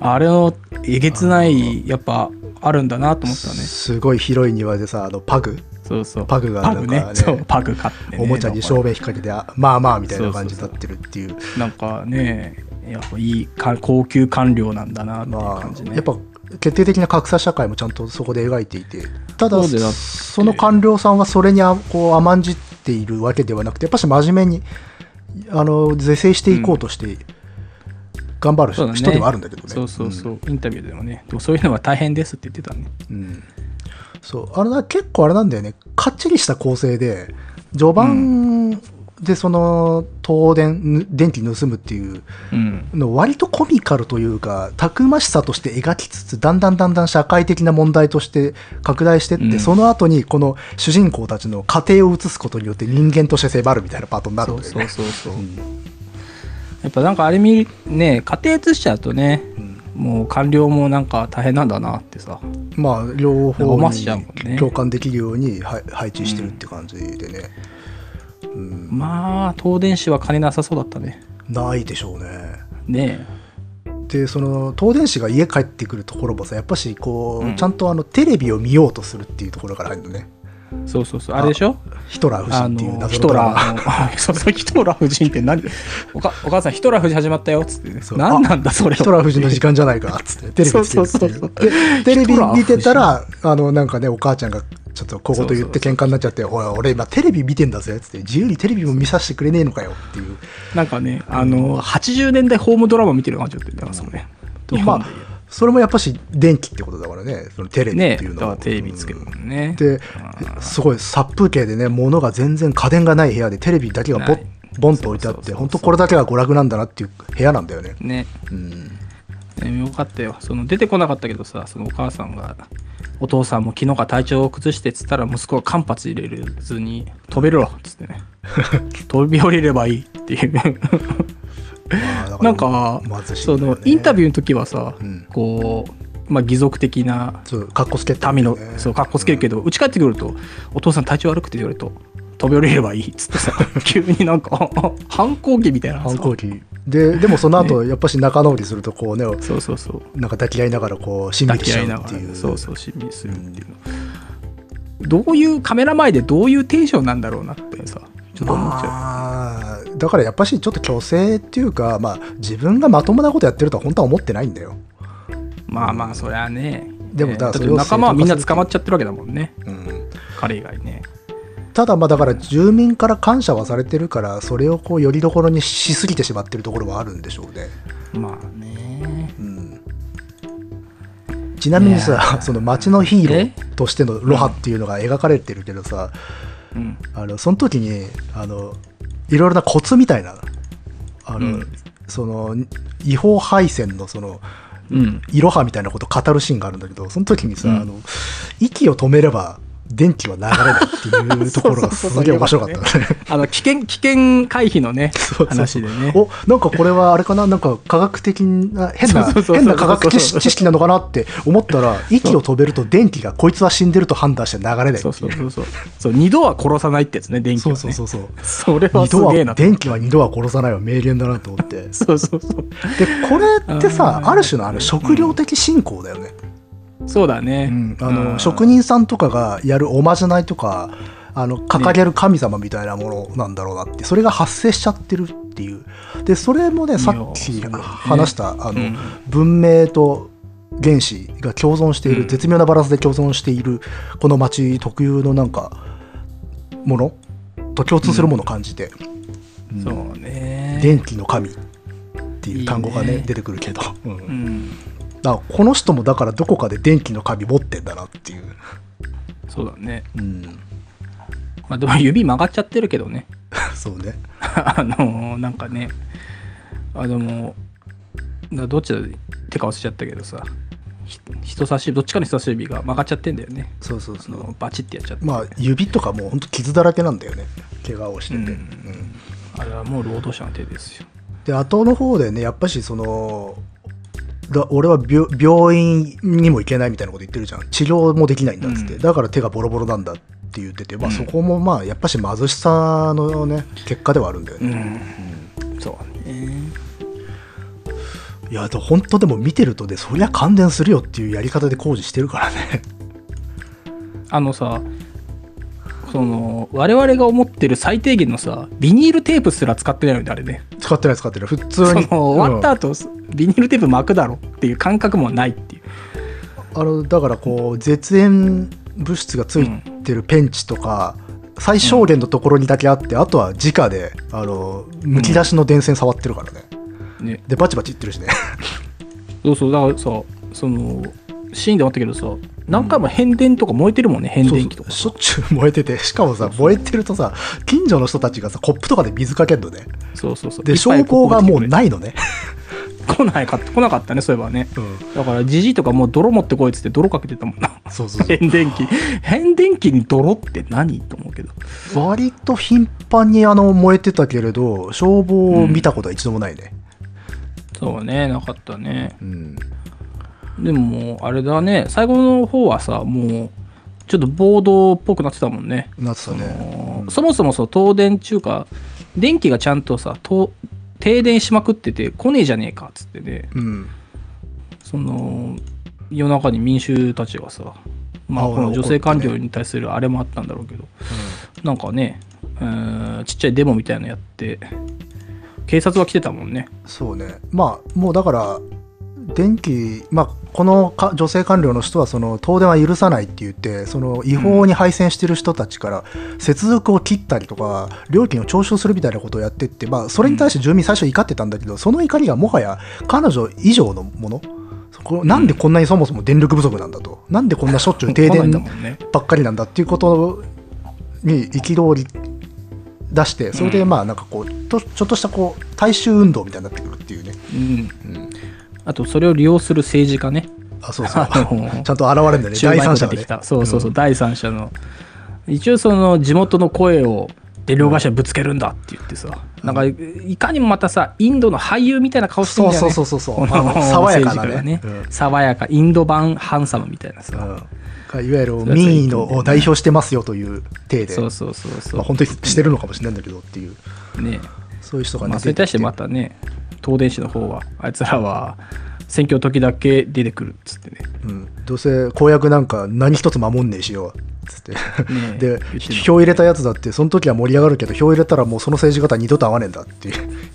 S1: あれのえげつないやっぱあるんだなと思ったね
S2: すごい広い庭でさあのパグ
S1: そうそう
S2: パグが
S1: パ
S2: なん
S1: グ
S2: か
S1: ね
S2: ね
S1: そうパグ買って、ね、
S2: おもちゃに照明引っ掛けてあまあまあみたいな感じになってるっていう
S1: なんかねやっぱいいか高級官僚なんだなっていう
S2: ま
S1: 感じね、
S2: あ、やっぱ決定的な格差社会もちゃんとそこで描いていてただ
S1: そうでだ
S2: そ
S1: って
S2: の官僚さんはそれにあこう甘んじっているわけではなくてやっぱし真面目にあの是正していこうとして頑張る
S1: そう
S2: 人,、
S1: だね
S2: ではあるんだけどね。
S1: そうそうそう、インタビューでもねでもそういうのは大変ですって言ってたね
S2: うんそうあれな結構あれなんだよねかっちりした構成で序盤でその東電ぬ電気盗むっていう
S1: うん
S2: の割とコミカルというかたくましさとして描きつつだんだんだんだん社会的な問題として拡大してって、
S1: うん
S2: その後にこの主人公たちの家庭を映すことによって人間として迫るみたいなパートになる
S1: そ
S2: ん
S1: う
S2: だよ
S1: そう
S2: ね。
S1: そうそう、
S2: うん
S1: やっぱなんかあれ見るね家庭映しちゃうとね
S2: うん
S1: もう官僚もなんか大変なんだなってさ
S2: まあ両
S1: なんか
S2: 方
S1: 思わせちゃうもん
S2: に
S1: ね
S2: 共感できるようには配置してるって感じでね、
S1: まあ東電子は金なさそうだったね
S2: ないでしょうね。
S1: ね
S2: でその東電子が家帰ってくるところもさやっぱしこう、
S1: うん
S2: ちゃんとあのテレビを見ようとするっていうところから入るのね
S1: えそうそうそうあれでしょ
S2: ヒトラー夫
S1: あ
S2: 人っていう
S1: の
S2: 謎
S1: ヒ
S2: の
S1: ト
S2: ドラ
S1: ラ
S2: マ
S1: ー (laughs) のそうそうヒトラー夫人って何おかお母さんヒトラー夫人始まったよっつってね
S2: そう
S1: 何なんだそれ
S2: ヒトラー
S1: は
S2: 夫人の時間じゃないかっつっ
S1: (laughs)
S2: てテレビ
S1: そう
S2: 見てるってい
S1: そう
S2: う
S1: そう
S2: でテレビ見てたらあのなんかねお母ちゃんがちょっと小言言って喧嘩になっちゃって「おい俺今テレビ見てんだぜ」っつって「自由にテレビも見させてくれねえのかよ」っていう
S1: なんかねあの80年代ホームドラマ見てる感じだったよねだからそのね日
S2: ま
S1: 本で
S2: あ
S1: 言う
S2: それもやっぱし電気ってことだからねそのテレビ
S1: ね
S2: ってい
S1: だ
S2: うの
S1: か
S2: は
S1: らテレビつけるもんね
S2: で、すごい殺風景でね、物が全然家電がない部屋で、テレビだけが
S1: な
S2: ボ
S1: い
S2: ボンと置いてあっ
S1: そうそう
S2: て、
S1: そう
S2: 本当これだけが娯楽なんだなっていう部屋なんだよね。
S1: ね
S2: うん、
S1: ねよかったよその出てこなかったけどさそのお母さんが「お父さんも昨日が体調を崩して」っつったら息子は間髪入れるずに「飛べろ」っつって
S2: (laughs)
S1: ね「飛び降りればいい」っていう
S2: まあだら
S1: なんか、
S2: 貧しい
S1: そ
S2: んだよ
S1: の
S2: ね
S1: インタビューの時はさ、
S2: ん
S1: こうまあ義足的な
S2: そう、かっこつけた
S1: 民のそう格好つけるけどうち、帰ってくると「お父さん体調悪くて」って言われると「飛び降りればいい」っつって
S2: (laughs)
S1: さ急になんか (laughs) 反抗期みたいなさ
S2: 反抗期。で、でもその後、やっぱし仲直りすると、こうね、
S1: そうそうそう
S2: なんか抱き合いながら、こう、しん
S1: 抱
S2: みり
S1: き
S2: しち
S1: 合
S2: ゃ
S1: いな
S2: うっ
S1: が
S2: て
S1: ら
S2: いう。
S1: そうそう親密するっていうの、どういうカメラ前でどういうテンションなんだろうなってさちょっと思っちゃう、
S2: まあ、だからやっぱしちょっと虚勢っていうか、まあ、自分がまともなことやってるとは本当は思ってないんだよ。
S1: まあまあそりゃね
S2: でもだから
S1: って
S2: それを
S1: 仲間はみんな
S2: 正当化
S1: 捕
S2: する
S1: まっちゃってるわけだもんね
S2: うん、
S1: 彼以外ね
S2: ただまあだから住民から感謝はされてるからそれをこうよりどころにしすぎてしまってるところはあるんでしょうね。
S1: まあね
S2: うんちなみに
S1: いや
S2: さ
S1: ー
S2: その町のヒーローとしてのロハっていうのが描かれてるけどさ
S1: うん
S2: あのその時にあのいろいろなコツみたいなあの、
S1: うん
S2: その違法配線のその
S1: うん
S2: いろはみたいなことを語るシーンがあるんだけどその時にさ、
S1: うん
S2: あの息を止めれば電気は流れないっていうところが
S1: そうそうそう
S2: すげえ面白かったね。
S1: あの危険危険回避のね
S2: (laughs) そうそう
S1: 話でね
S2: おなんかこれはあれかななんか科学的な変な
S1: そうそうそうそう
S2: 変な科学知識知識なのかなって思ったら息を止めると電気がこいつは死んでると判断して流れないっていう
S1: そうそうそうそうそう二度は殺さないってやつね電気
S2: そ
S1: を
S2: う
S1: ね
S2: そうそうそう
S1: それは
S2: 二
S1: す
S2: 度
S1: げえな
S2: は
S1: と
S2: 電気は二度は殺さないは名言だなと思ってで
S1: そうそうそう
S2: これってさ
S1: うん
S2: ある種のあの食料的信仰だよね、
S1: そうだね、
S2: うんあの
S1: うん
S2: 職人さんとかがやるおまじないとかあの掲げる神様みたいなものなんだろうなってそれが発生しちゃってるっていうでそれもねさっ
S1: い
S2: き
S1: やそうだよね
S2: 話したあの、
S1: うん
S2: 文明と原子が共存している、
S1: うん
S2: 絶妙なバランスで共存しているこの町特有のなんかものと共通するものを感じて、うん
S1: そうね
S2: 電気の神っていう単語がね
S1: いいね
S2: 出てくるけど、うん
S1: うん
S2: だからこの人もだからどこかで電気の神持ってんだなっていう、
S1: そうだね (laughs)
S2: うん、
S1: まあでも指曲がっちゃってるけどね (laughs)
S2: そうね
S1: あのーなんかねあでもなどっちだ手か忘れちゃったけどさひ人差し指どっちかの人差し指が曲がっちゃってんだよね
S2: そうそう
S1: そのバチってやっちゃって、
S2: まあ指とかもうほんと傷だらけなんだよね怪我をしてて、
S1: うん
S2: うん
S1: あれはもう労働者の手ですよ
S2: で後の方でねやっぱしそのだ俺は病病院にも行けないみたいなこと言ってるじゃん治療もできないんだっつって、
S1: うん
S2: だから手がボロボロなんだって言ってて、まあ、
S1: うん
S2: そこもまあやっぱし貧しさのね結果ではあるんだよ
S1: う
S2: ね、
S1: ん、そうね
S2: いやで本当でも見てるとねそりゃ感電するよっていうやり方で工事してるからね (laughs)
S1: あのさその我々が思ってる最低限のさビニールテープすら使ってないのであれね
S2: 使ってない使ってない普通
S1: そ
S2: に
S1: の終わった
S2: う
S1: 後、
S2: ん
S1: ビニールテープ巻くだろっていう感覚もないっていう
S2: あのだからこう絶縁物質がついてるペンチとか、最小限のところにだけあって、あとは直であのむき出しの電線触ってるからね、
S1: ね
S2: でバチバチ言ってるしね
S1: そうそうだからさそのシーンでもあったけどさ何回も変電とか燃えてるもんね、変電機とか
S2: そうそうしょっちゅう燃えててしかもさ燃えてるとさ近所の人たちがさコップとかで水かけんのね
S1: そうそうそう
S2: で
S1: いっぱ
S2: 証
S1: い
S2: 拠がもう
S1: い
S2: ないのね、
S1: 来ないか来なかったねそういえばねだからじじいとかもう泥持ってこいっつって泥かけてたもんな (laughs)
S2: そうそうそう
S1: 変電機変電機に泥って何と思うけど
S2: 割と頻繁にあの燃えてたけれど消防を見たことは一度もないね、
S1: そうねなかったね
S2: うん
S1: でももうあれだね最後の方はさもうちょっと暴動っぽくなってたもんね
S2: なってたね、
S1: そもそもそう東電中か電気がちゃんとさと停電しまくってて来ねえじゃねえかっつってね
S2: うん、
S1: その夜中に民衆たちがさまあ
S2: あ
S1: この女性
S2: 怒って
S1: 官
S2: ね
S1: 僚に対するあれもあったんだろうけど、なんかねうーんちっちゃいデモみたいなのやって警察は来てたもんね
S2: そうねまあもうだから電気、まあ、このか女性官僚の人はその東電は許さないって言ってその違法に配線してる人たちから接続を切ったりとか料金を徴収するみたいなことをやってって、まあ、それに対して住民最初怒ってたんだけどその怒りがもはや彼女以上のものそこなんでこんなにそもそも電力不足なんだとなんでこんなしょっちゅう停
S1: 来ないん
S2: 電
S1: だもんね
S2: ばっかりなんだっていうことに憤り出してそれでまあなんかこうとちょっとしたこう大衆運動みたいになってくるっていうね。
S1: うん
S2: うん
S1: あとそれを利用する政治家ね
S2: あ、そうそう。
S1: (laughs) あ
S2: ち
S1: の
S2: ゃんと現れるんだね。
S1: 中
S2: 第
S1: 盤
S2: 三
S1: に出
S2: 者が
S1: て
S2: ね
S1: き。た、そうそうそう、第三者の一応その地元の声を電力会社にぶつけるんだって言ってさ、なんかいかにもまたさインドの俳優みたいな顔してる
S2: そ
S1: ん
S2: う
S1: だよ
S2: そ
S1: ね
S2: うそうそうそ
S1: こ
S2: う。
S1: の (laughs)
S2: あの爽やかな
S1: 政
S2: ね。
S1: 治
S2: う
S1: 家が
S2: ん
S1: ね爽やかインド版ハンサムみたいなさ、
S2: うんいわゆる民意のを代表してますよという体で、
S1: そうそうそうそう、
S2: まあ本当にしてるのかもしれないんだけどっていう、
S1: ね
S2: そういう人が
S1: ま
S2: ね
S1: あ、それに対してまたね東電市の方はあいつらは選挙の時だけ出てくるっつってね
S2: うんどうせ公約なんか何一つ守んねえしよ、つって
S1: ねえ
S2: で
S1: 言ってた
S2: 票入れたやつだってその時は盛り上がるけど票入れたらもうその政治家とは二度と会わねえんだって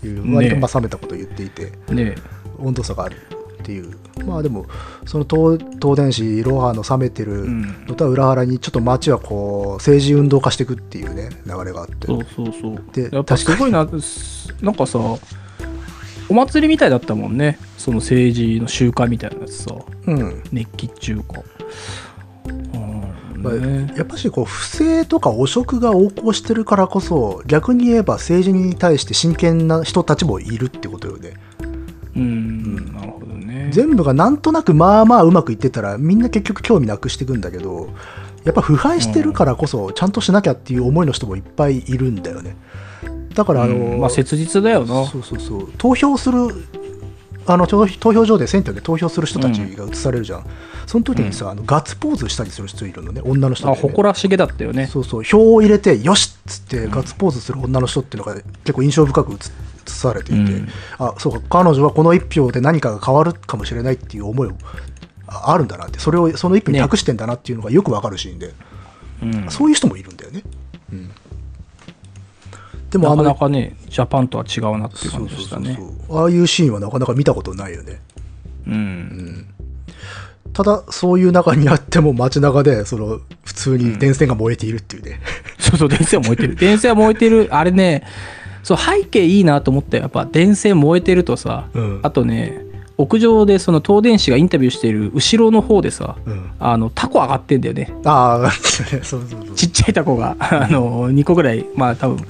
S2: いう
S1: ね
S2: 割とまあ冷めたことを言っていて、
S1: ね
S2: 温度差があるっていうまあでもその東東電子ロハの冷めて
S1: え
S2: る
S1: うん
S2: のとは裏腹にちょっと街はこう政治運動化していくっていうね流れがあって
S1: そうそうそう
S2: で
S1: やっぱすごいなすなんかさお祭りみたいだったもんねその政治の集会みたいなやつさ
S2: うん
S1: 熱気中華
S2: まあ
S1: ね、
S2: やっぱしこう不正とか汚職が横行してるからこそ逆に言えば政治に対して真剣な人たちもいるってことよね
S1: うん、なるほどね
S2: 全部がなんとなくまあまあうまくいってたらみんな結局興味なくしていくんだけどやっぱ腐敗してるからこそちゃんとしなきゃっていう思いの人もいっぱいいるんだよねだからあの、
S1: うんまあ切実だよな
S2: そうそうそう投票するあの投投票所で選挙で投票する人たちが映されるじゃん、その時にさ、あのガッツポーズしたりする人いるのね女の人
S1: あ
S2: で、ね、
S1: 誇らしげだったよね
S2: そうそう票を入れてよしっつってガッツポーズする女の人っていうのが結構印象深く映映されていて、
S1: うん
S2: あそうか彼女はこの1票で何かが変わるかもしれないっていう思いをああるんだなってそれをその1票に託してんだなっていうのがよくわかるシーンで、
S1: うん
S2: そういう人もいるんだよね、うんでも
S1: な
S2: あ
S1: か
S2: の
S1: なかねジャパンとは違うなっていう
S2: そ
S1: 感
S2: う
S1: じ
S2: そ
S1: で
S2: う
S1: し
S2: そ
S1: た
S2: う
S1: ね
S2: そうああいうシーンはなかなか見たことないよね
S1: うん
S2: ただそういう中にあっても街中でその普通に電線が燃えているっていうね、 (laughs)
S1: そうそう電線は燃えてる電線は燃えてるあれねそう背景いいなと思ったよやっぱ電線燃えてるとさ、
S2: うん
S1: あとね屋上でその東電子がインタビューしてる後ろの方でさ、
S2: うん
S1: あのタコ上がってんだよね
S2: ああ (laughs) そうそうそう
S1: ちっちゃいタコがあの2個ぐらいまあ多分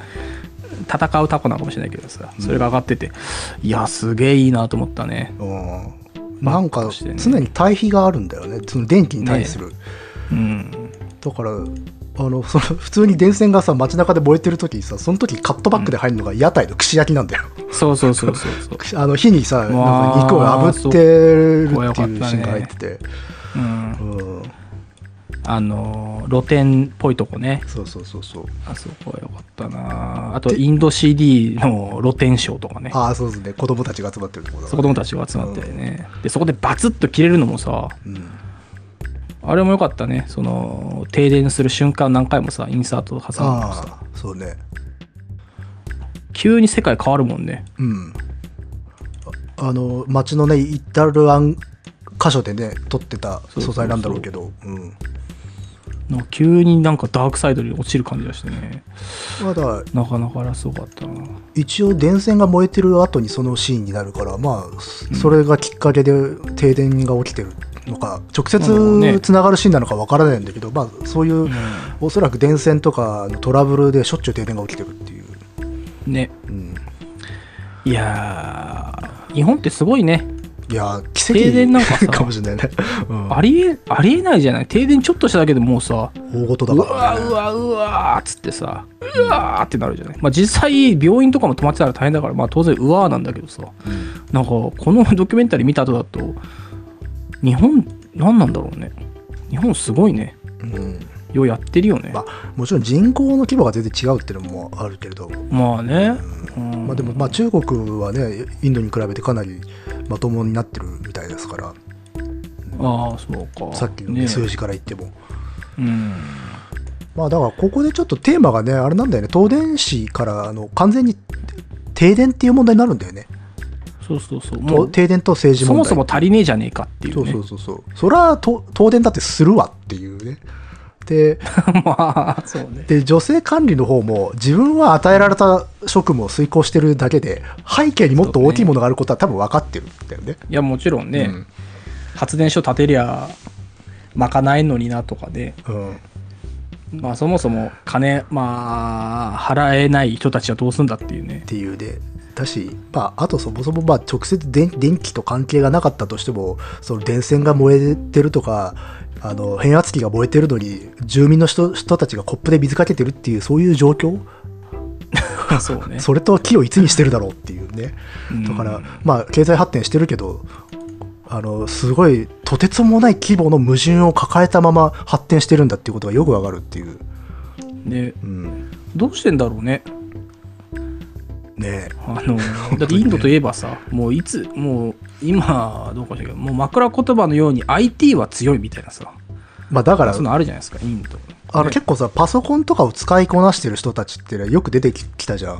S1: 戦うタコなのかもしれないけどさそれが上がってて、いやすげえいいなと思ったね
S2: うん、な
S1: バ
S2: ん
S1: ッ
S2: か
S1: クしてね
S2: 常に対比があるんだよねその電気に対する、
S1: うん
S2: だからあのその普通に電線がさ街中で燃えてる時にさその時カットバックで入るのが屋台の串焼きなんだよ、
S1: そうそうそうそうそう
S2: あの火にさなん
S1: わ
S2: か
S1: あ
S2: 肉を炙ってるって
S1: そう怖かっ
S2: いう
S1: たね
S2: シーンが入ってて、
S1: うん
S2: うん、
S1: あの露店っぽいとこね
S2: そうそうそうそう
S1: あそこはよかったなあとインド CD の露店ショーとかね
S2: ああそうですね子供たちが集まってるところだ
S1: そこ子供たちが集まってね、でそこでバツッと切れるのもさ
S2: うん
S1: あれもよかったねその停電する瞬間何回もさインサートを挟んでさ
S2: ああそうね
S1: 急に世界変わるもんね
S2: うんああの街のね至るあん箇所でね撮ってた素材なんだろうけどうん
S1: なんか急になんかダークサイドに落ちる感じがしてね
S2: まだ
S1: なかなからすごかったな
S2: 一応電線が燃えてる後にそのシーンになるからまあそそれがきっかけで停電が起きてるのか直
S1: うんね
S2: 接つながるシーンなのかわからないんだけど、まあそういう、おそらく電線とかのトラブルでしょっちゅう停電が起きてるっていう、
S1: ね
S2: うん、
S1: いやー日本ってすごいね
S2: いやー奇跡
S1: 停電なんかさ
S2: (laughs) かもしれないね、うん、
S1: ありえありえないじゃない停電ちょっとしただけでもうさ
S2: 大事だ
S1: う
S2: から、
S1: わ
S2: ね、
S1: うわうわーっつってさうわーってなるじゃない、まあ、実際病院とかも止まってたら大変だから、まあ、当然うわーなんだけどさなんかこのドキュメンタリー見た後だと日本何なんだろうね日本すごいね
S2: うん
S1: ようやってるよね
S2: まあ、もちろん人口の規模が全然違うっていうのもあるけれど、
S1: まあね、うん
S2: まあ、でもまあ中国はねインドに比べてかなりまともになってるみたいですから
S1: ああそうか
S2: さっきのね
S1: ね
S2: 数字から言っても。
S1: うん
S2: まあだからここでちょっとテーマがねあれなんだよね東電子からあの完全に停電っていう問題になるんだよね、
S1: そうそうそう
S2: と
S1: もう
S2: 停電と政治
S1: そ
S2: 問
S1: も
S2: 題
S1: そも足りねえじゃねえかっていう、
S2: そ
S1: ね、
S2: う
S1: (laughs)
S2: そうそうそうそりゃと東電だってするわっていうねで
S1: まあそうね
S2: で女性管理の方も自分は与えられた職務を遂行してるだけで背景にもっと大きいものがあることは多分分かってるんだよね
S1: いやもちろんね、
S2: うん
S1: 発電所建てりゃまかないのになとかで、
S2: うん
S1: まあ、そもそも金、まあ、払えない人たちはどうすんだっていうね
S2: っ。ていうでだし、まあ、あとそもそもまあ直接電電気と関係がなかったとしてもその電線が燃えてるとかあの変圧器が燃えてるのに住民の人人たちがコップで水かけてるっていうそういう状況
S1: そうね。
S2: (laughs) それと木をいつにしてるだろうっていうね
S1: うん
S2: だから、まあ経済発展してるけどあのすごいとてつもない規模の矛盾を抱えたまま発展してるんだっていうことがよくわかるっていう、
S1: ね、
S2: うん、
S1: どうしてんだろうね。
S2: ねえ
S1: あ
S2: (laughs)
S1: の、だってインドといえばさ、もういつ、もう今、どうかしらんけど、もう枕言葉のように IT は強いみたいなさ、
S2: まあだから
S1: そういうのあるじゃないですか、インド。
S2: あの、
S1: ね
S2: 結構さパソコンとかを使いこなしてる人たちってよく出てききたじゃん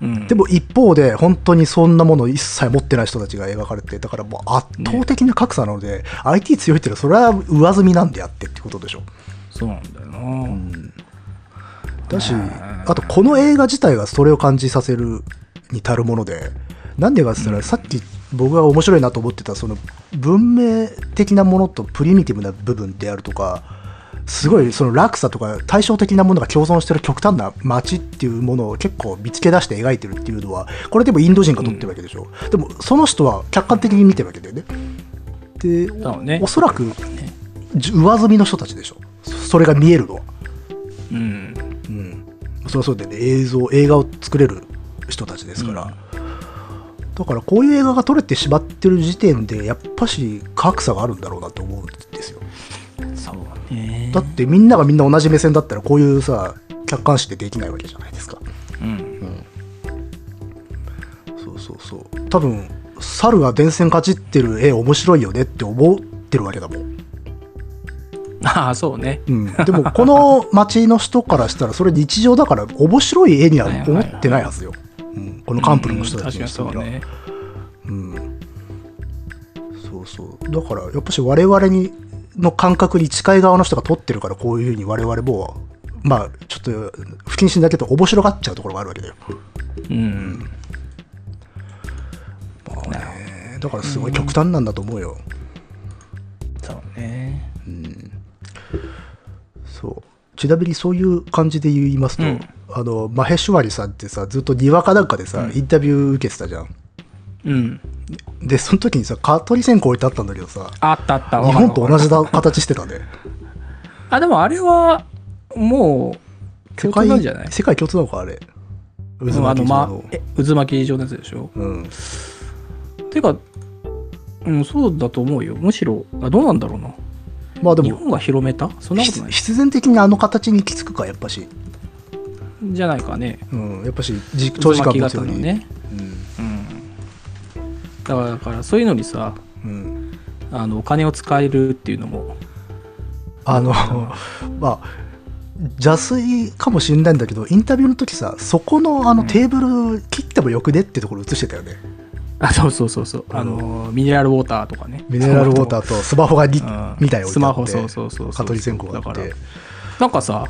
S1: うん、
S2: でも一方で本当にそんなものを一切持ってない人たちが描かれてだからもう圧倒的な格差なので、IT 強いってのはそれは上積みなんであってってことでしょ
S1: そうなんだよな、
S2: だしあとこの映画自体がそれを感じさせるに足るものでなんでかって言ったらさっき僕が面白いなと思ってたその文明的なものとプリミティブな部分であるとかすごいその落差とか対照的なものが共存してる極端な街っていうものを結構見つけ出して描いてるっていうのはこれでもインド人が撮ってるわけでしょ、でもその人は客観的に見てるわけだよねで
S1: だろうね
S2: おそらくじ上積みの人たちでしょそそれが見えるのは
S1: うん
S2: うん、それはそうで、ね、映像映画を作れる人たちですから、だからこういう映画が撮れてしまってる時点でやっぱし格差があるんだろうなと思うんですよ
S1: そうね
S2: だってみんながみんな同じ目線だったらこういうさ客観視ってできないわけじゃないですか
S1: うん
S2: そうそうそう多分猿が電線かじってる絵面白いよねって思ってるわけだもん、
S1: ああそうね
S2: うん、でもこの町の人からしたらそれ日常だから面白い絵には思ってないはずよ、うん、このカンプルの人た
S1: う
S2: ち
S1: ん確
S2: にして
S1: か
S2: み
S1: に
S2: れ
S1: そう
S2: ば
S1: ね
S2: うん、そうそうだからやっぱし我々にの感覚に近い側の人が取ってるからこういうふうに我々もまあちょっと不謹慎だけど面白がっちゃうところがあるわけだよ、
S1: うん
S2: えーだからすごい極端なんだと思うよ、
S1: そうね
S2: そうちなみにそういう感じで言いますと、
S1: うん
S2: あのマヘシュワリさんってさずっとにわかなんかでさ、インタビュー受けてたじゃん
S1: うん
S2: でその時にさ蚊取り線香置いてあったんだけどさ
S1: あったあった
S2: 日本と同
S1: じ
S2: じだ形してたね
S1: あでもあれはもう共通
S2: 世界
S1: なんじゃない
S2: 世界共通なのかあれ渦
S1: うんあの、
S2: 状
S1: ま、え渦巻き状のやつでしょ
S2: うん、
S1: てかうんそうだと思うよむしろあどうなんだろうな
S2: まあで
S1: 日
S2: も
S1: 本が広めたそんなこと
S2: 必
S1: ない
S2: 必然的にあの形に行き着くかやっぱし、
S1: じゃないかね
S2: うん、やっぱしじ長時
S1: 渦
S2: 間持
S1: 巻
S2: つ
S1: き
S2: よ
S1: 型の
S2: り、
S1: ねうんだからだからそういうのにさ
S2: うんうん、
S1: あのお金を使えるっていうのも
S2: あの (laughs) まあ邪推かもしれないんだけどインタビューの時さそこのあのテーブル切ってもよくねってところ映してたよね、
S1: あそうそうそうそうあのミネラルウォーターとかね
S2: ミネラルウォーターとスマホがに
S1: うん
S2: 2台置いてあって
S1: スマホそうそうそうそう
S2: 蚊取り線香があ
S1: だ
S2: っ
S1: か
S2: て
S1: らなんかさ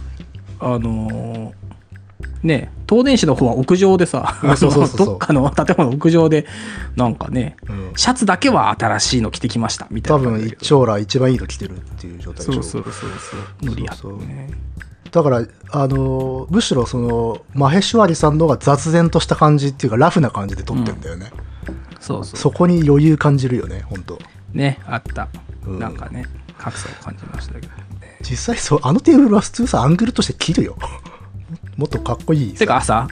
S1: あのーね東電市の方は屋上でさ
S2: うんそうそうそうそ
S1: (laughs)
S2: う
S1: どっかの建物の屋上でなんかね
S2: うん
S1: シャツだけは新しいの着てきましたみたい
S2: 多
S1: な感
S2: 分
S1: じだけ
S2: 一
S1: ど
S2: 将来一番いいの来てるっていう状態でし
S1: そ
S2: ょ
S1: うそうそうそう無理やったね
S2: だから、あのーむしろそのマヘシュワリさんの方が雑然とした感じっていうかラフな感じで撮ってんだよね、
S1: そうそう
S2: そこに余裕感じるよね本当
S1: ねあった、
S2: うん
S1: なんかね格差を感じましたけど、ね、
S2: 実際そうあのテーブルは普通さアングルとして切るよ (laughs) もっとかっこいい
S1: てか
S2: (laughs)
S1: 朝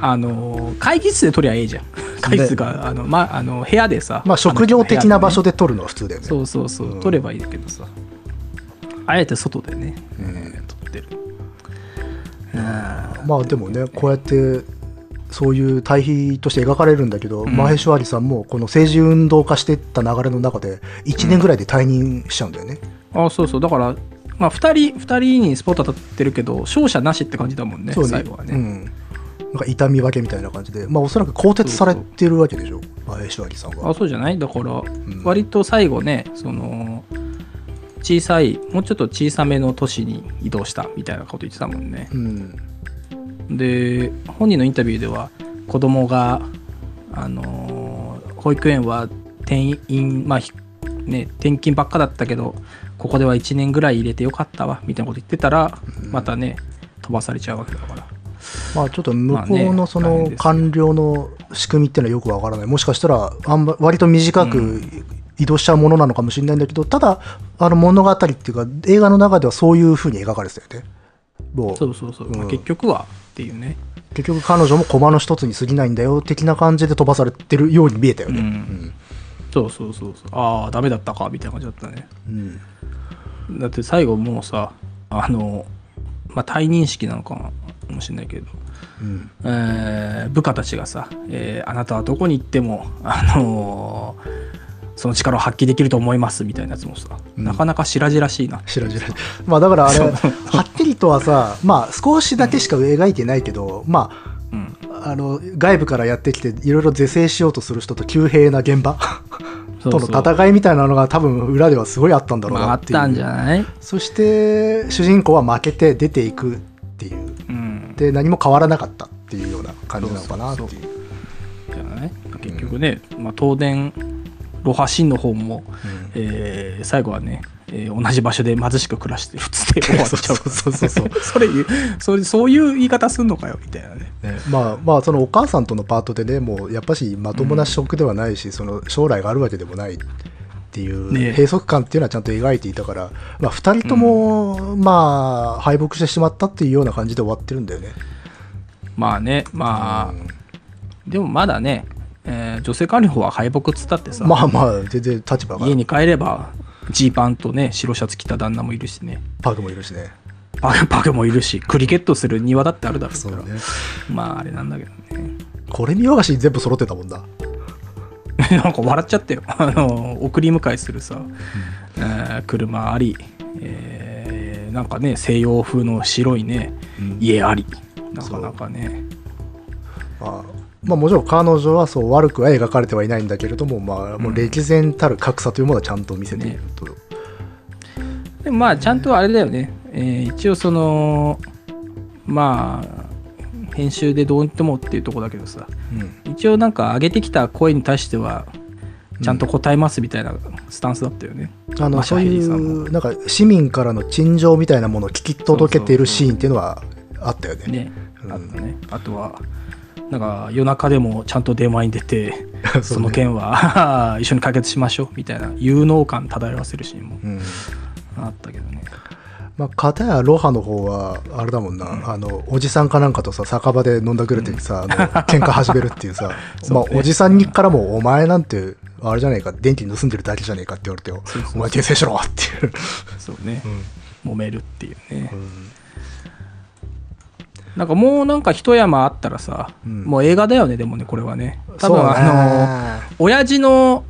S1: あのー会議室で取りゃええじゃん会議室があの、ま、あの部屋でさ
S2: まあ職業的な場所
S1: で、
S2: で撮るのは普通だよね
S1: そうそうそう、
S2: うん
S1: 取ればいいけどさあえて外でね、えー取ってる
S2: まあでもねこうやってそういう対比として描かれるんだけど、マヘシュワリさんもこの政治運動化してった流れの中で1年ぐらいで退任しちゃうんだよね、
S1: あそうそうだから、まあ、2人二人にスポット当たってるけど勝者なしって感じだもんね
S2: そうね
S1: 最後はね、
S2: うん、なんか痛み分けみたいな感じで、まあ、おそらく更迭されてるわけでしょマヘシュワリさんは
S1: あそうじゃないだから割と最後ねその小さいもうちょっと小さめの都市に移動したみたいなこと言ってたもんね
S2: うん
S1: で本人のインタビューでは子供があのー保育園は転院まあひね転勤ばっかだったけどここでは1年ぐらい入れてよかったわみたいなこと言ってたらまたね飛ばされちゃうわけだから
S2: まあちょっと向
S1: ま
S2: こう
S1: あ
S2: の
S1: ね
S2: そ
S1: 大変
S2: の
S1: ですよ
S2: 官僚の仕組みっていうのはよくわからない、もしかしたらあんま割と短く移動しちゃうものなのかもしれないんだけど、ただ、あの物語っていうか、映画の中ではそういうふうに描かれてたよね。も
S1: そううそうそう、
S2: ん
S1: まあ結局はっていうね
S2: 結局、彼女も駒の一つに過ぎないんだよ的な感じで飛ばされてるように見えたよ
S1: う
S2: ね。
S1: んそうそうそうそうああダメだったかみたいな感じだったね
S2: うん
S1: だって最後もうさあのまあ退任式なのかもしれないけど、
S2: うん
S1: えー部下たちがさ、えーあなたはどこに行ってもあのーその力を発揮できると思いますみたいなやつもさ、
S2: うん
S1: なかなか白々しいな
S2: 白々まあだからあ
S1: (laughs)
S2: れ
S1: そう
S2: はっきりとはさまあ少しだけしか描いてないけど、まあ
S1: うん
S2: あの外部からやってきていろいろ是正しようとする人と急兵な現場 (laughs)
S1: そ
S2: と
S1: う
S2: の
S1: そう
S2: 戦いみたいなのが多分裏ではすごいあったんだろう
S1: まあ、
S2: な
S1: あっ
S2: っていう、
S1: たんじゃない、
S2: そして主人公は負けて出ていくっていう
S1: うん、
S2: で何も変わらなかったっていうような感じなのかなっていう
S1: そうじゃない結局ね、まあ、東電ロハシンの方も、
S2: うん
S1: えー最後はね、えー同じ場所で貧しく暮らしてるっつ
S2: (laughs)
S1: って終わっちゃう
S2: そうそうそうそ
S1: (laughs) それ言うそれそういう言い方すんのかよみたいなね
S2: ねまあまあそのお母さんとのパートでねもうやっぱしまともな職ではないし、その将来があるわけでもないっていう
S1: ね
S2: 閉塞感っていうのはちゃんと描いていたから、まあ、2人とも、まあ敗北してしまったっていうような感じで終わってるんだよね。
S1: まあねまあ、
S2: うん
S1: でもまだね、えー女性官僚は敗北っつったってさ、
S2: まあまあ全然立場が
S1: 家に帰ればジーパンとね白シャツ着た旦那もいるしね
S2: パグもいるしね。
S1: パグパグもいるしクリケットする庭だってあるだろうから
S2: ね
S1: まああれなんだけどね
S2: これ見よがし全部揃ってたもんだ。
S1: (laughs) なんか笑っちゃったよ (laughs) あの送り迎えするさ、えー車あり、えーなんかね西洋風の白いね、
S2: うん
S1: 家ありなかなかね
S2: まあまあ、もちろん彼女はそう悪くは描かれてはいないんだけれども、まあ、もう歴然たる格差というものはちゃんと見せていると。
S1: でもまあちゃんとあれだよね、えー一応そのまあ編集でどうにともっていうとこだけどさ
S2: うん
S1: 一応なんか上げてきた声に対してはちゃんと答えますみたいなスタンスだったよね、
S2: あの
S1: マシャ
S2: そうい
S1: ヘリさん
S2: うなんか市民からの陳情みたいなものを聞き届けているシーンっていうのはあったよね。
S1: ね
S2: うん
S1: あとねあとはなんか夜中でもちゃんと電話に出て
S2: (laughs) そうね
S1: その件は (laughs) 一緒に解決しましょうみたいな有能感漂わせるシーンも
S2: うん
S1: あったけどね
S2: まあ、片やロハの方はあれだもんな、あのおじさんかなんかとさ酒場で飲んだくれてさ、あの喧嘩始めるっていうさ
S1: (laughs) そう
S2: まあ
S1: ね、
S2: おじさんにからも「お前なんてあれじゃねえか電気盗んでるだけじゃねえか」って言われてよ
S1: そうそうそう
S2: お前訂正しろ」っていう。
S1: そうね、揉めるっていうね、
S2: ん
S1: なんかもうなんか一山あったらさ、
S2: うん
S1: もう映画だよねでもねこれはね多
S2: そう
S1: 分
S2: ね
S1: あの親父の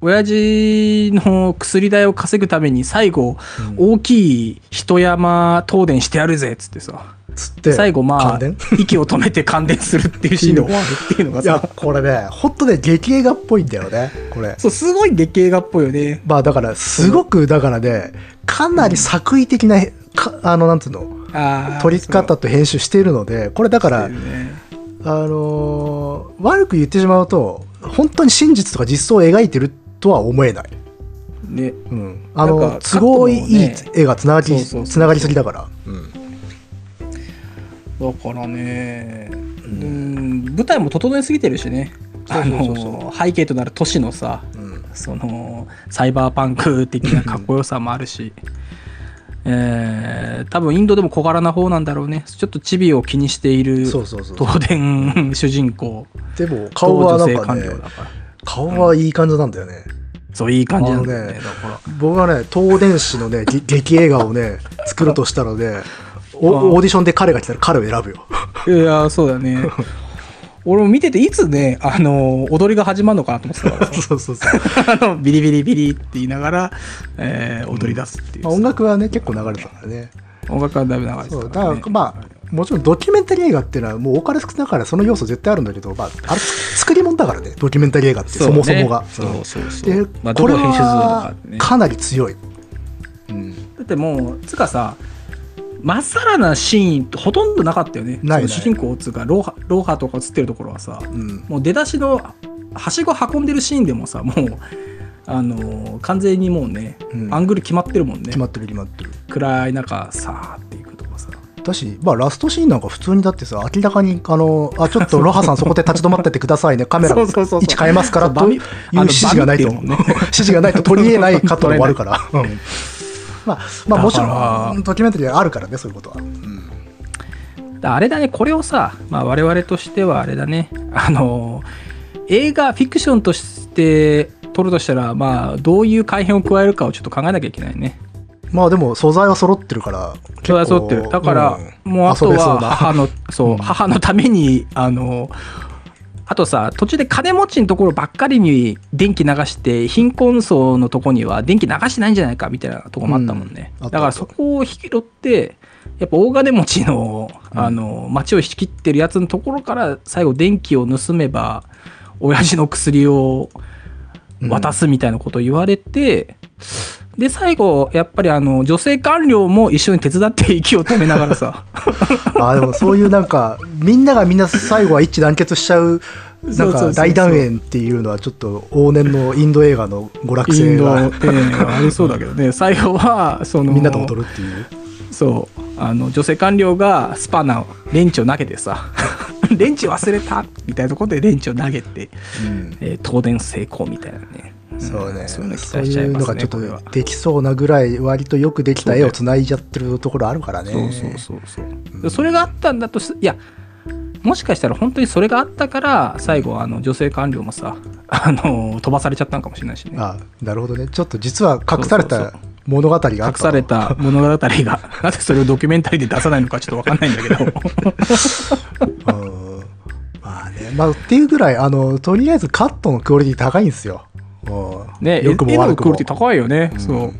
S1: 親父の薬代を稼ぐために最後、大きい人山東電してやるぜっつってさ
S2: つって
S1: 最後まあ
S2: 感電 (laughs)
S1: 息を止めて感電するっていうシーンで終 (laughs) わるっていうのが
S2: いや
S1: さ
S2: これねほんとね激映画っぽいんだよねこれ
S1: そうすごい劇映画っぽいよね
S2: まあだからすごくだからねかなり作為的なかあのなんていうの
S1: あー
S2: 撮り方と編集しているのでこれだか
S1: そう
S2: ら
S1: だよね
S2: あのー悪く言ってしまうと本当に真実とか実相を描いてるとは思えない、
S1: ね
S2: うん、あ
S1: なん
S2: の
S1: か
S2: 都合いい
S1: カットも
S2: 絵がつながり
S1: そうそうそうそう
S2: つながりすぎだから、うん
S1: だからね、うん、舞台も整えすぎてるしねあ
S2: そうそうそう
S1: の背景となる都市のさ
S2: うん
S1: そのサイバーパンク的なかっこよさもあるし、えー多分インドでも小柄な方なんだろうねちょっとチビを気にしている
S2: そうそうそう
S1: 東電主人公
S2: でも顔
S1: と
S2: はな
S1: 女
S2: ん
S1: 性
S2: か
S1: 官
S2: ね
S1: 僚だから
S2: 顔はいい感じなんだよね、
S1: そういい感じなんだよね
S2: あのね
S1: だから
S2: 僕はね東電子のねげ劇映画をね作るとしたらねお
S1: ああ
S2: オーディションで彼が来たら彼を選ぶよ (laughs)
S1: いやそうだ (laughs) ね俺も見てていつねあの踊りが始まるのかなと思ってたから
S2: そうそうそう、
S1: (laughs) あのビリビリビリって言いながら、えー踊り出すっていう、
S2: まあ、音楽はね結構流れてたからね
S1: 音楽はだいぶ長いで
S2: そ
S1: す
S2: う
S1: か、
S2: だからら
S1: ね、
S2: まあもちろんドキュメンタリー映画っていうのはもうお金少なからその要素絶対あるんだけど、まあ、あれ作り物だからねドキュメンタリー映画ってそ,、
S1: うね
S2: もそもが。
S1: そうそうそう
S2: で
S1: まあ、ど
S2: こ
S1: こ
S2: れ
S1: 編集するのか
S2: は
S1: ね
S2: かなり強い。うん
S1: だってもうつかさまっさらなシーンってほとんどなかったよね
S2: ないない
S1: その主人公つうかローハローハとか映ってるところはさ
S2: うん
S1: もう出だしのはしご運んでるシーンでもさもうあのー完全にもうね、
S2: うん
S1: アングル決まってるもんね
S2: 決まってる決まってる。
S1: 暗い中さーっていくとかさ
S2: だし、まあ、ラストシーンなんか普通にだってさ明らかにあのあちょっとロハさんそこで立ち止まっててくだ
S1: (laughs)
S2: さいねカメラ
S1: そ
S2: 位
S1: うそうそうそう
S2: 置変えますから
S1: そうバ
S2: とい
S1: ミ
S2: う指示がないと
S1: あのバミっていうもんね
S2: (laughs) 指示がないと取り得ないカットで終わ
S1: (laughs)
S2: るから。うんまあ、まあもち
S1: だか
S2: ろ
S1: ら
S2: んドキュメンタリーはあるからねそういうことは。
S1: だあれだねこれをさ、まあ、我々としてはあれだねあの映画フィクションとして撮るとしたらまあどういう改変を加えるかをちょっと考えなきゃいけないね
S2: まあでも素材は揃ってるから
S1: そ
S2: 結構
S1: れは揃ってるだから、
S2: ん
S1: もうあと (laughs)
S2: 遊べそう
S1: は
S2: な
S1: 母のそう、母のためにあのあとさ途中で金持ちのところばっかりに電気流して貧困層のとこには電気流してないんじゃないかみたいなとこもあったもんね、
S2: うんあった
S1: だからそこを拾ってやっぱ大金持ちの
S2: うん
S1: あの町を仕切ってるやつのところから最後電気を盗めば親父の薬を渡すみたいなことを言われて、で最後やっぱりあの女性官僚も一緒に手伝って息を止めながら
S2: (laughs)
S1: さ
S2: あーでもそういうなんかみんながみんな最後は一致団結しちゃうな
S1: そ
S2: ん
S1: うそうそうそ
S2: か
S1: う
S2: 大団円っていうのはちょっと往年のインド映画の娯楽
S1: イン
S2: 性
S1: ド
S2: が
S1: の丁寧がありそうだけどね最後はその
S2: みんなと踊るっていう
S1: そうあの女性官僚がスパナレンチを投げて
S2: (laughs)
S1: さレンチ忘れたみたいなところでレンチを投げて、
S2: うん
S1: えー東電成功みたいなね、ん
S2: そうね
S1: そういうの期
S2: そう
S1: 待しちゃ
S2: い
S1: いうま
S2: の
S1: す
S2: が
S1: ね
S2: ちょっ
S1: これは
S2: とできそうなぐらい割とよくできた絵をつないじゃってるところあるからね
S1: そうそうそうそう、それがあったんだとしいやもしかしたら本当にそれがあったから最後あの女性官僚もさあの飛ばされちゃったのかもしれないしね
S2: あなるほどねちょっと実は隠され
S1: そうそう
S2: た物語があったと
S1: 隠された物
S2: (laughs)
S1: 語がなぜそれをドキュメンタリーで出さないのかちょっと分かんないんだけ
S2: (laughs)
S1: ど
S2: うんまあねまあっていうぐらいあのとりあえずカットのクオリティ高いんですようん
S1: ね
S2: 良くも
S1: 絵
S2: 悪
S1: の
S2: く
S1: クオ
S2: も
S1: リティ高いよね、そう、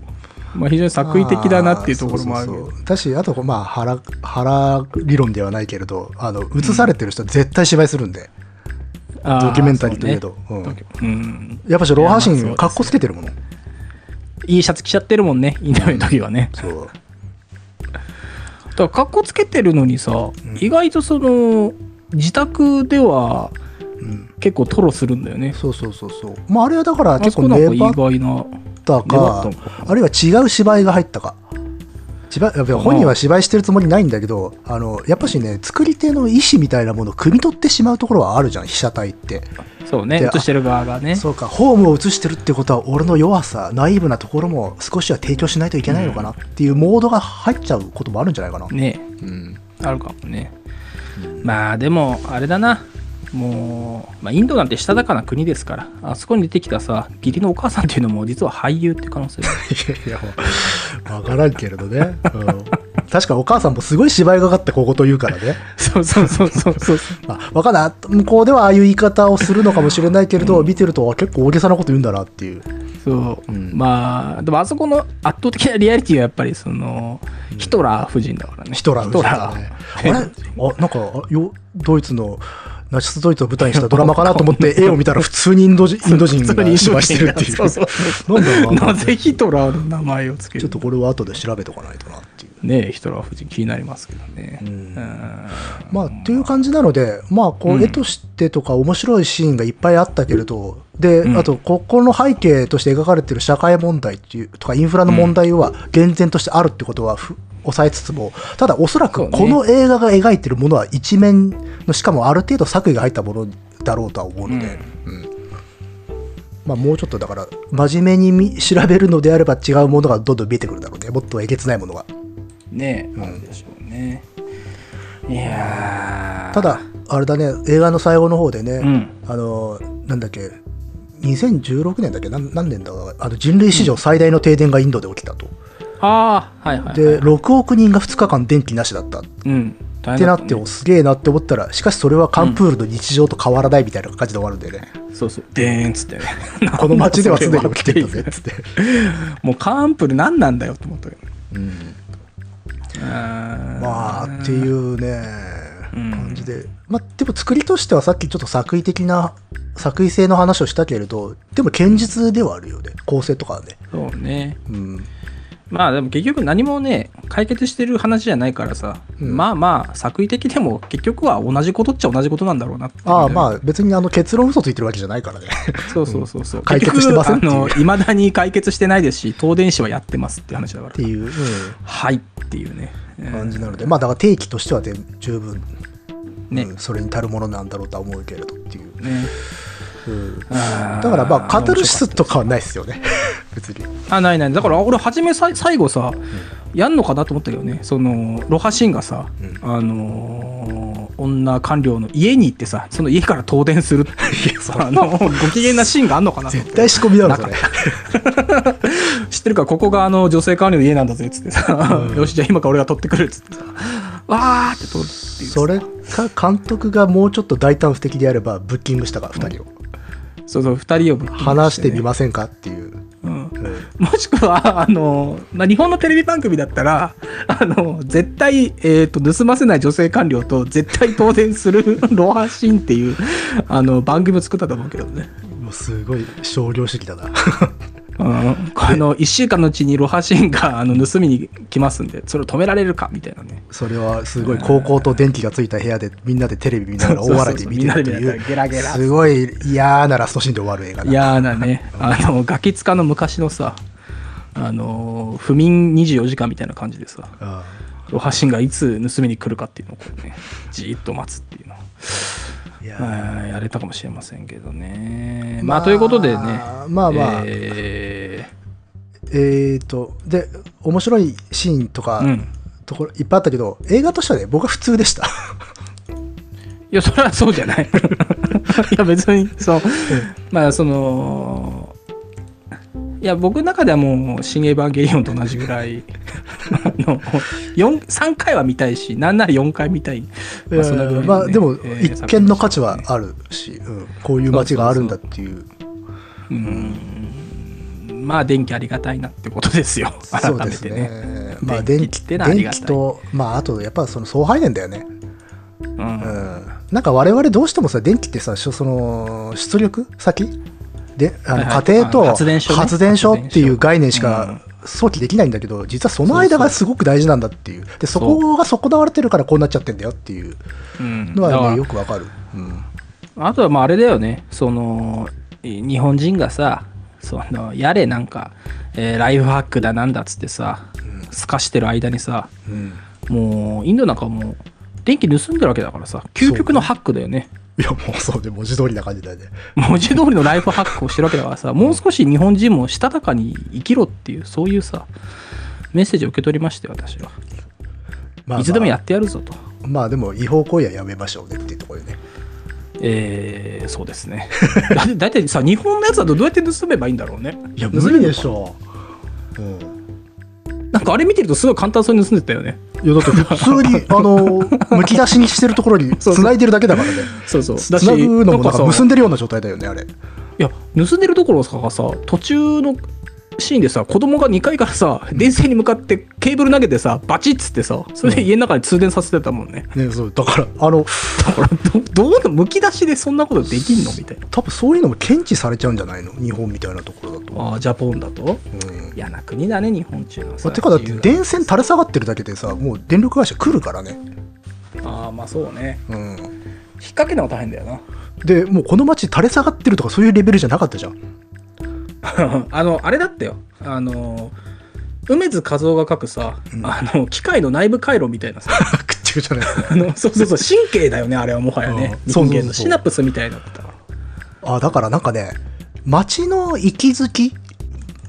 S1: まあ、非常に作為的だなっていうところもある
S2: そうそうそうだしあとまあ腹腹理論ではないけれどあの映されてる人は絶対芝居するんで、
S1: あ
S2: ドキュメンタリーといえど
S1: そううね
S2: ん
S1: ドキュうん
S2: やっぱしロハシ
S1: いやまあそうです
S2: ン
S1: ね
S2: かっこつけてるもの
S1: いいシャツ着ちゃってるもんねインタビューの時はね、
S2: そう
S1: だから格好つけてるのにさ、意外とその自宅では
S2: ん
S1: 結構トロするんだよね、
S2: そうそうそうそうまああれはだから
S1: あ
S2: 結
S1: そ
S2: 構
S1: こなんか
S2: 粘
S1: 意
S2: っ
S1: 外な粘
S2: た
S1: った
S2: か
S1: のか
S2: あるいは違う芝居が入ったか芝居いや本人は芝居してるつもりないんだけどあのやっぱしね作り手の意思みたいなものを汲み取ってしまうところはあるじゃん被写体って
S1: そうね
S2: で
S1: 映してる側がね
S2: そうかホームを映してるってことは俺の弱さナイーブなところも少しは提供しないといけないのかなっていうモードが入っちゃうこともあるんじゃないかな、
S1: ね
S2: うん
S1: あるかもね、
S2: (laughs)
S1: まあでもあれだなもう、まあ、インドなんてしたたかな国ですからあそこに出てきたさ義理のお母さんっていうのも実は俳優っていう可能
S2: (laughs)
S1: 性が
S2: いや分からんけれどね、確かお母さんもすごい芝居がかったここと言うからね、
S1: そうそうそうそうそう
S2: まあ、分かんない向こうではああいう言い方をするのかもしれないけれど、見てるとあ結構大げさなこと言うんだなっていう
S1: そう、
S2: うん
S1: まあでもあそこの圧倒的なリアリティはやっぱりそのヒトラー夫人だからね、
S2: ヒトラー夫人だねあれ
S1: ヒト
S2: あ
S1: ラ
S2: なんかあよドイツのナチスドイツを舞台にしたドラマかなと思って絵を見たら普通にインド人インド人
S1: 普通に
S2: が
S1: 印象
S2: 芝居してるっていう
S1: そうそう
S2: なんだろうな
S1: (laughs) なぜヒトラーの名前をつけ
S2: ちょ
S1: る
S2: っとこれは後で調べておかないとなっていう。
S1: ねえヒトラー夫人気になりますけどね
S2: う
S1: うんん
S2: まあ、という感じなので、まあ、こ
S1: う
S2: うん絵としてとか面白いシーンがいっぱいあったけれど、
S1: う
S2: で、
S1: ん
S2: あと、ここの背景として描かれている社会問題っていうとか、インフラの問題は厳然としてあるってことはふ抑えつつも、ただ、おそら
S1: そう
S2: く
S1: ね
S2: この映画が描いているものは一面の、しかもある程度作為が入ったものだろうとは思うので、うんまあ、もうちょっとだから、真面目に見調べるのであれば違うものがどんどん見えてくるだろうね、もっとえげつないものが。
S1: ねえあるでしょうね、いやー
S2: ただあれだね映画の最後の方でね、
S1: うん
S2: あのなんだっけ2016年だっけなん何年だかあの人類史上最大の停電がインドで起きたと、
S1: ああはいはい、はい、
S2: で6億人が2日間電気なしだったっ
S1: うん大変
S2: て
S1: だ
S2: な
S1: っ
S2: って
S1: たね
S2: おすげえなって思ったらしかしそれはカンプールの日常と変わらないみたいな感じで終わるんだよね、
S1: そうそうでーんっつってね
S2: (laughs) この街ではすでに起きて
S1: (laughs)
S2: るんだぜっつって、
S1: もうカンプル何なんだよって思ったけどね
S2: ま
S1: ま
S2: あっていうね
S1: うん
S2: 感じで、まあ、でも作りとしてはさっきちょっと作為的な作為性の話をしたけれどでも堅実ではあるよね構成とかはね
S1: そうね
S2: うん
S1: まあでも結局何もね解決してる話じゃないからさ、
S2: うん
S1: まあまあ作為的でも結局は同じことっちゃ同じことなんだろうなっていうね
S2: ああまあ別にあの結論嘘ついてるわけじゃないからね (laughs)
S1: そうそうそうそう、
S2: 解決してませんっていう
S1: いまだに解決してないですし東電子はやってますって話だか
S2: って
S1: ら
S2: いう、
S1: はいっていうね、
S2: う
S1: うんん
S2: 感じなのでまあだから定期としてはで十分、
S1: ね、
S2: うんそれに足るものなんだろうとは思うけれどっていう、
S1: ね
S2: うんだ
S1: だ
S2: からまあカタルシスとかはないですよね別に
S1: あないないだから俺初めさい最後さ、やんのかなと思ったけどねそのロハシンがさ、
S2: うん
S1: あのー女官僚の家に行ってさその家から東電する
S2: (laughs)
S1: っていうあのご機嫌なシーンがあんのかなと思っ
S2: 絶
S1: て
S2: 対仕込みだろそ
S1: な
S2: れ
S1: か知ってるからここがあの女性官僚の家なんだぜっつってさ、よしじゃあ今から俺が取ってくるっつってさわーって撮るっていう
S2: それか監督がもうちょっと大胆不敵であればブッキングしたか2人を
S1: そうそう2人をブッキングね
S2: 話してみませんかっていう、
S1: うん
S2: うん
S1: もしくは、あの、まあ日本のテレビ番組だったら、あの、絶対、えっ、と、盗ませない女性官僚と、絶対当然する (laughs) ロハシンっていう、あの、番組を作ったと思うけどね。
S2: もうすごい商業主義だな
S1: うん、あの、1週間のうちにロハシンが、あの、盗みに来ますんで、それを止められるか、みたいなね。
S2: それはすごい高校と電気がついた部屋でみんなでテレビ見ながら大笑いで見てると
S1: そうそうそうみんなで見ながら
S2: い
S1: ゲラゲ
S2: う
S1: ラ
S2: すごい嫌なラストシーンで終わる映画だ
S1: 嫌なね、あの、ガキ使の昔のさ、あの、不眠24時間みたいな感じでさ、
S2: うん
S1: ロハシンがいつ盗みに来るかっていうのをこうね、じーっと待つっていうの。
S2: いや
S1: はいやれたかもしれませんけどね。
S2: ま
S1: ま
S2: あ
S1: あ、ということでね。
S2: まあまあ
S1: え
S2: えー、とで面白いシーンとか、
S1: ーうん。
S2: ところいっぱいあったけど映画としてはね僕は普通でした
S1: いや、それはそうじゃ
S2: (laughs)
S1: ない。いや、別に、そう。まあ、その、いや、僕の中ではもう、新エヴァンゲリオンと同じぐらい、 (laughs) あの、四3回は見たいし、なんなら4回見たい。まあ、そのぐらいのね
S2: まあでも
S1: えー
S2: 一見の価値はあるし、うんこういう街があるんだっていう
S1: うんまあ電気ありがたいなってことですよ改
S2: そう
S1: め
S2: です
S1: て
S2: ね
S1: ね
S2: まあ電
S1: 電
S2: 気
S1: 気ってのはあり
S2: 電
S1: がたい
S2: 気とまああとやっぱその総配電だよね
S1: うん
S2: うんなんか我々どうしてもさ電気ってさしょその出力先であ
S1: は
S2: の
S1: いはい
S2: 家庭と
S1: あ発電所ね
S2: 発電所っていう概念し
S1: う
S2: か
S1: ん
S2: 想起できないんだけど実はその間がすごく大事なんだっていうでそこが損なわれてるからこうなっちゃってんだよっていう
S1: うん
S2: の
S1: だか
S2: は、
S1: ら
S2: ね、よくわかる、うん
S1: あとはまああれだよねそのい日本人がさそのやれなんか、えーライフハックだなんだっつってさすかしてる間にさ
S2: うん
S1: もうインドなんかもう電気盗んでるわけだからさ究極のハックだよね
S2: いや、もうそうで、文字通りな感じだよね。
S1: 文字通りのライフハックをしてるわけだから
S2: (laughs)
S1: さもう少し日本人もしたたかに生きろっていうそういうさメッセージを受け取りまして私は、
S2: まあ、
S1: いつでもやってやるぞと
S2: まあ、まあでも、違法行為はやめましょうねっていうところでね。
S1: えー、そうですねだってだいたいさ日本のやつだとどうやって盗めばいいんだろうね
S2: いや、
S1: 盗め
S2: 無
S1: る
S2: 理
S1: の
S2: でしょう。うん。
S1: なんかあれ見てるとすごい簡単そうに盗んでたよね
S2: いや、だって普 (laughs) 通に、あの、むき出しにしてるところに
S1: そう
S2: 繋いでるだけだからね。
S1: そうそうだし
S2: 繋ぐのもなんか結ん
S1: で
S2: でるような状態だよね、あれ。
S1: いや盗んでるどころかさ途中のシーンでさ子供が2階からさ電線に向かってケーブル投げてさバチッつってさそれで家の中で通電させてたもんね、
S2: ね、そう、だから、あの、
S1: だからどどうのむき出しでそんなことできんのみたいな
S2: 多分そういうのも検知されちゃうんじゃないの日本みたいなところだと。
S1: あージャポンだと
S2: うん。
S1: 嫌な国だね日本中の
S2: ま
S1: さ
S2: あてか、だって
S1: 自由
S2: 電線垂れ下がってるだけでさ、もう電力会社来るからね。
S1: ああまあそうね
S2: うん。
S1: 引っ掛けるのが大変だよな (laughs)
S2: で、もうこの街垂れ下がってるとかそういうレベルじゃなかったじゃん。 (laughs)
S1: あの、あれだったよ。あの、梅津和夫が書くさ、あの、機械の内部回路みたいなさ、
S2: くっちゃくちゃね。
S1: あの、そうそうそう、神経だよね、あれはもはやね。
S2: うんそうそうそう
S1: 人間のシナプスみたいになってたから。
S2: あだからなんかね街の息づき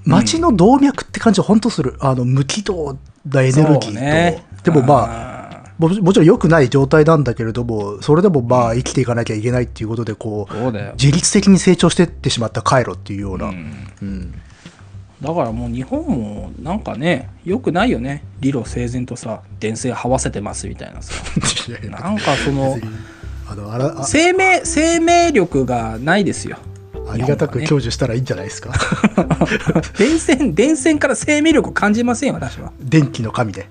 S2: 街の動脈って感じは本当する、あの無軌道なエネルギーと、
S1: そうね
S2: でもまあ
S1: あ
S2: ももちろん良くない状態なんだけれどもそれでもまあ生きていかなきゃいけないっていうことでこ
S1: ー、
S2: う
S1: そうだよ。
S2: 自律的に成長していってしまった回路っていうような、う
S1: うんんだからもう日本もなんかねよくないよね理路整然とさ電線這わせてますみたい
S2: (laughs)
S1: なさ
S2: いやいや
S1: なんかそ
S2: (laughs)
S1: の
S2: 別にあのあらあ
S1: 生命生命力がないですよ (laughs)
S2: ありがたく
S1: 日
S2: 享受したらいいんじゃないですか
S1: 電線電線から生命力を感じませんよ私は
S2: 電気の神で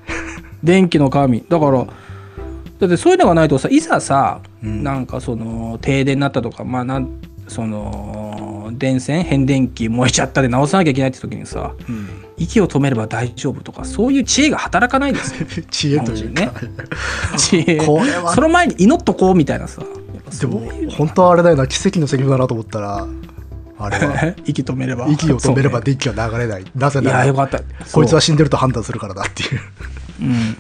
S1: 電気の神だからだってそういうのがないとさいざさ、
S2: うん
S1: なんかその停電になったとかまあなんその電線変電機燃えちゃったで直さなきゃいけないって時にさ息を止めれば大丈夫とかそういう知恵が働かないんですよ
S2: (laughs) 知恵というか、 (laughs)
S1: ね知恵
S2: これは
S1: その前に祈っとこうみたいなさやっぱ
S2: で
S1: そういう
S2: も本当はあれだよな奇跡のセリフだなと思ったらあれ
S1: (laughs)
S2: は
S1: 息止めれば
S2: 息を止めれ
S1: そう
S2: ば
S1: ね
S2: 電気は流れない、なぜ
S1: いや
S2: な
S1: よからった
S2: こいつ
S1: そう
S2: は死んでると判断するからだっていう
S1: うん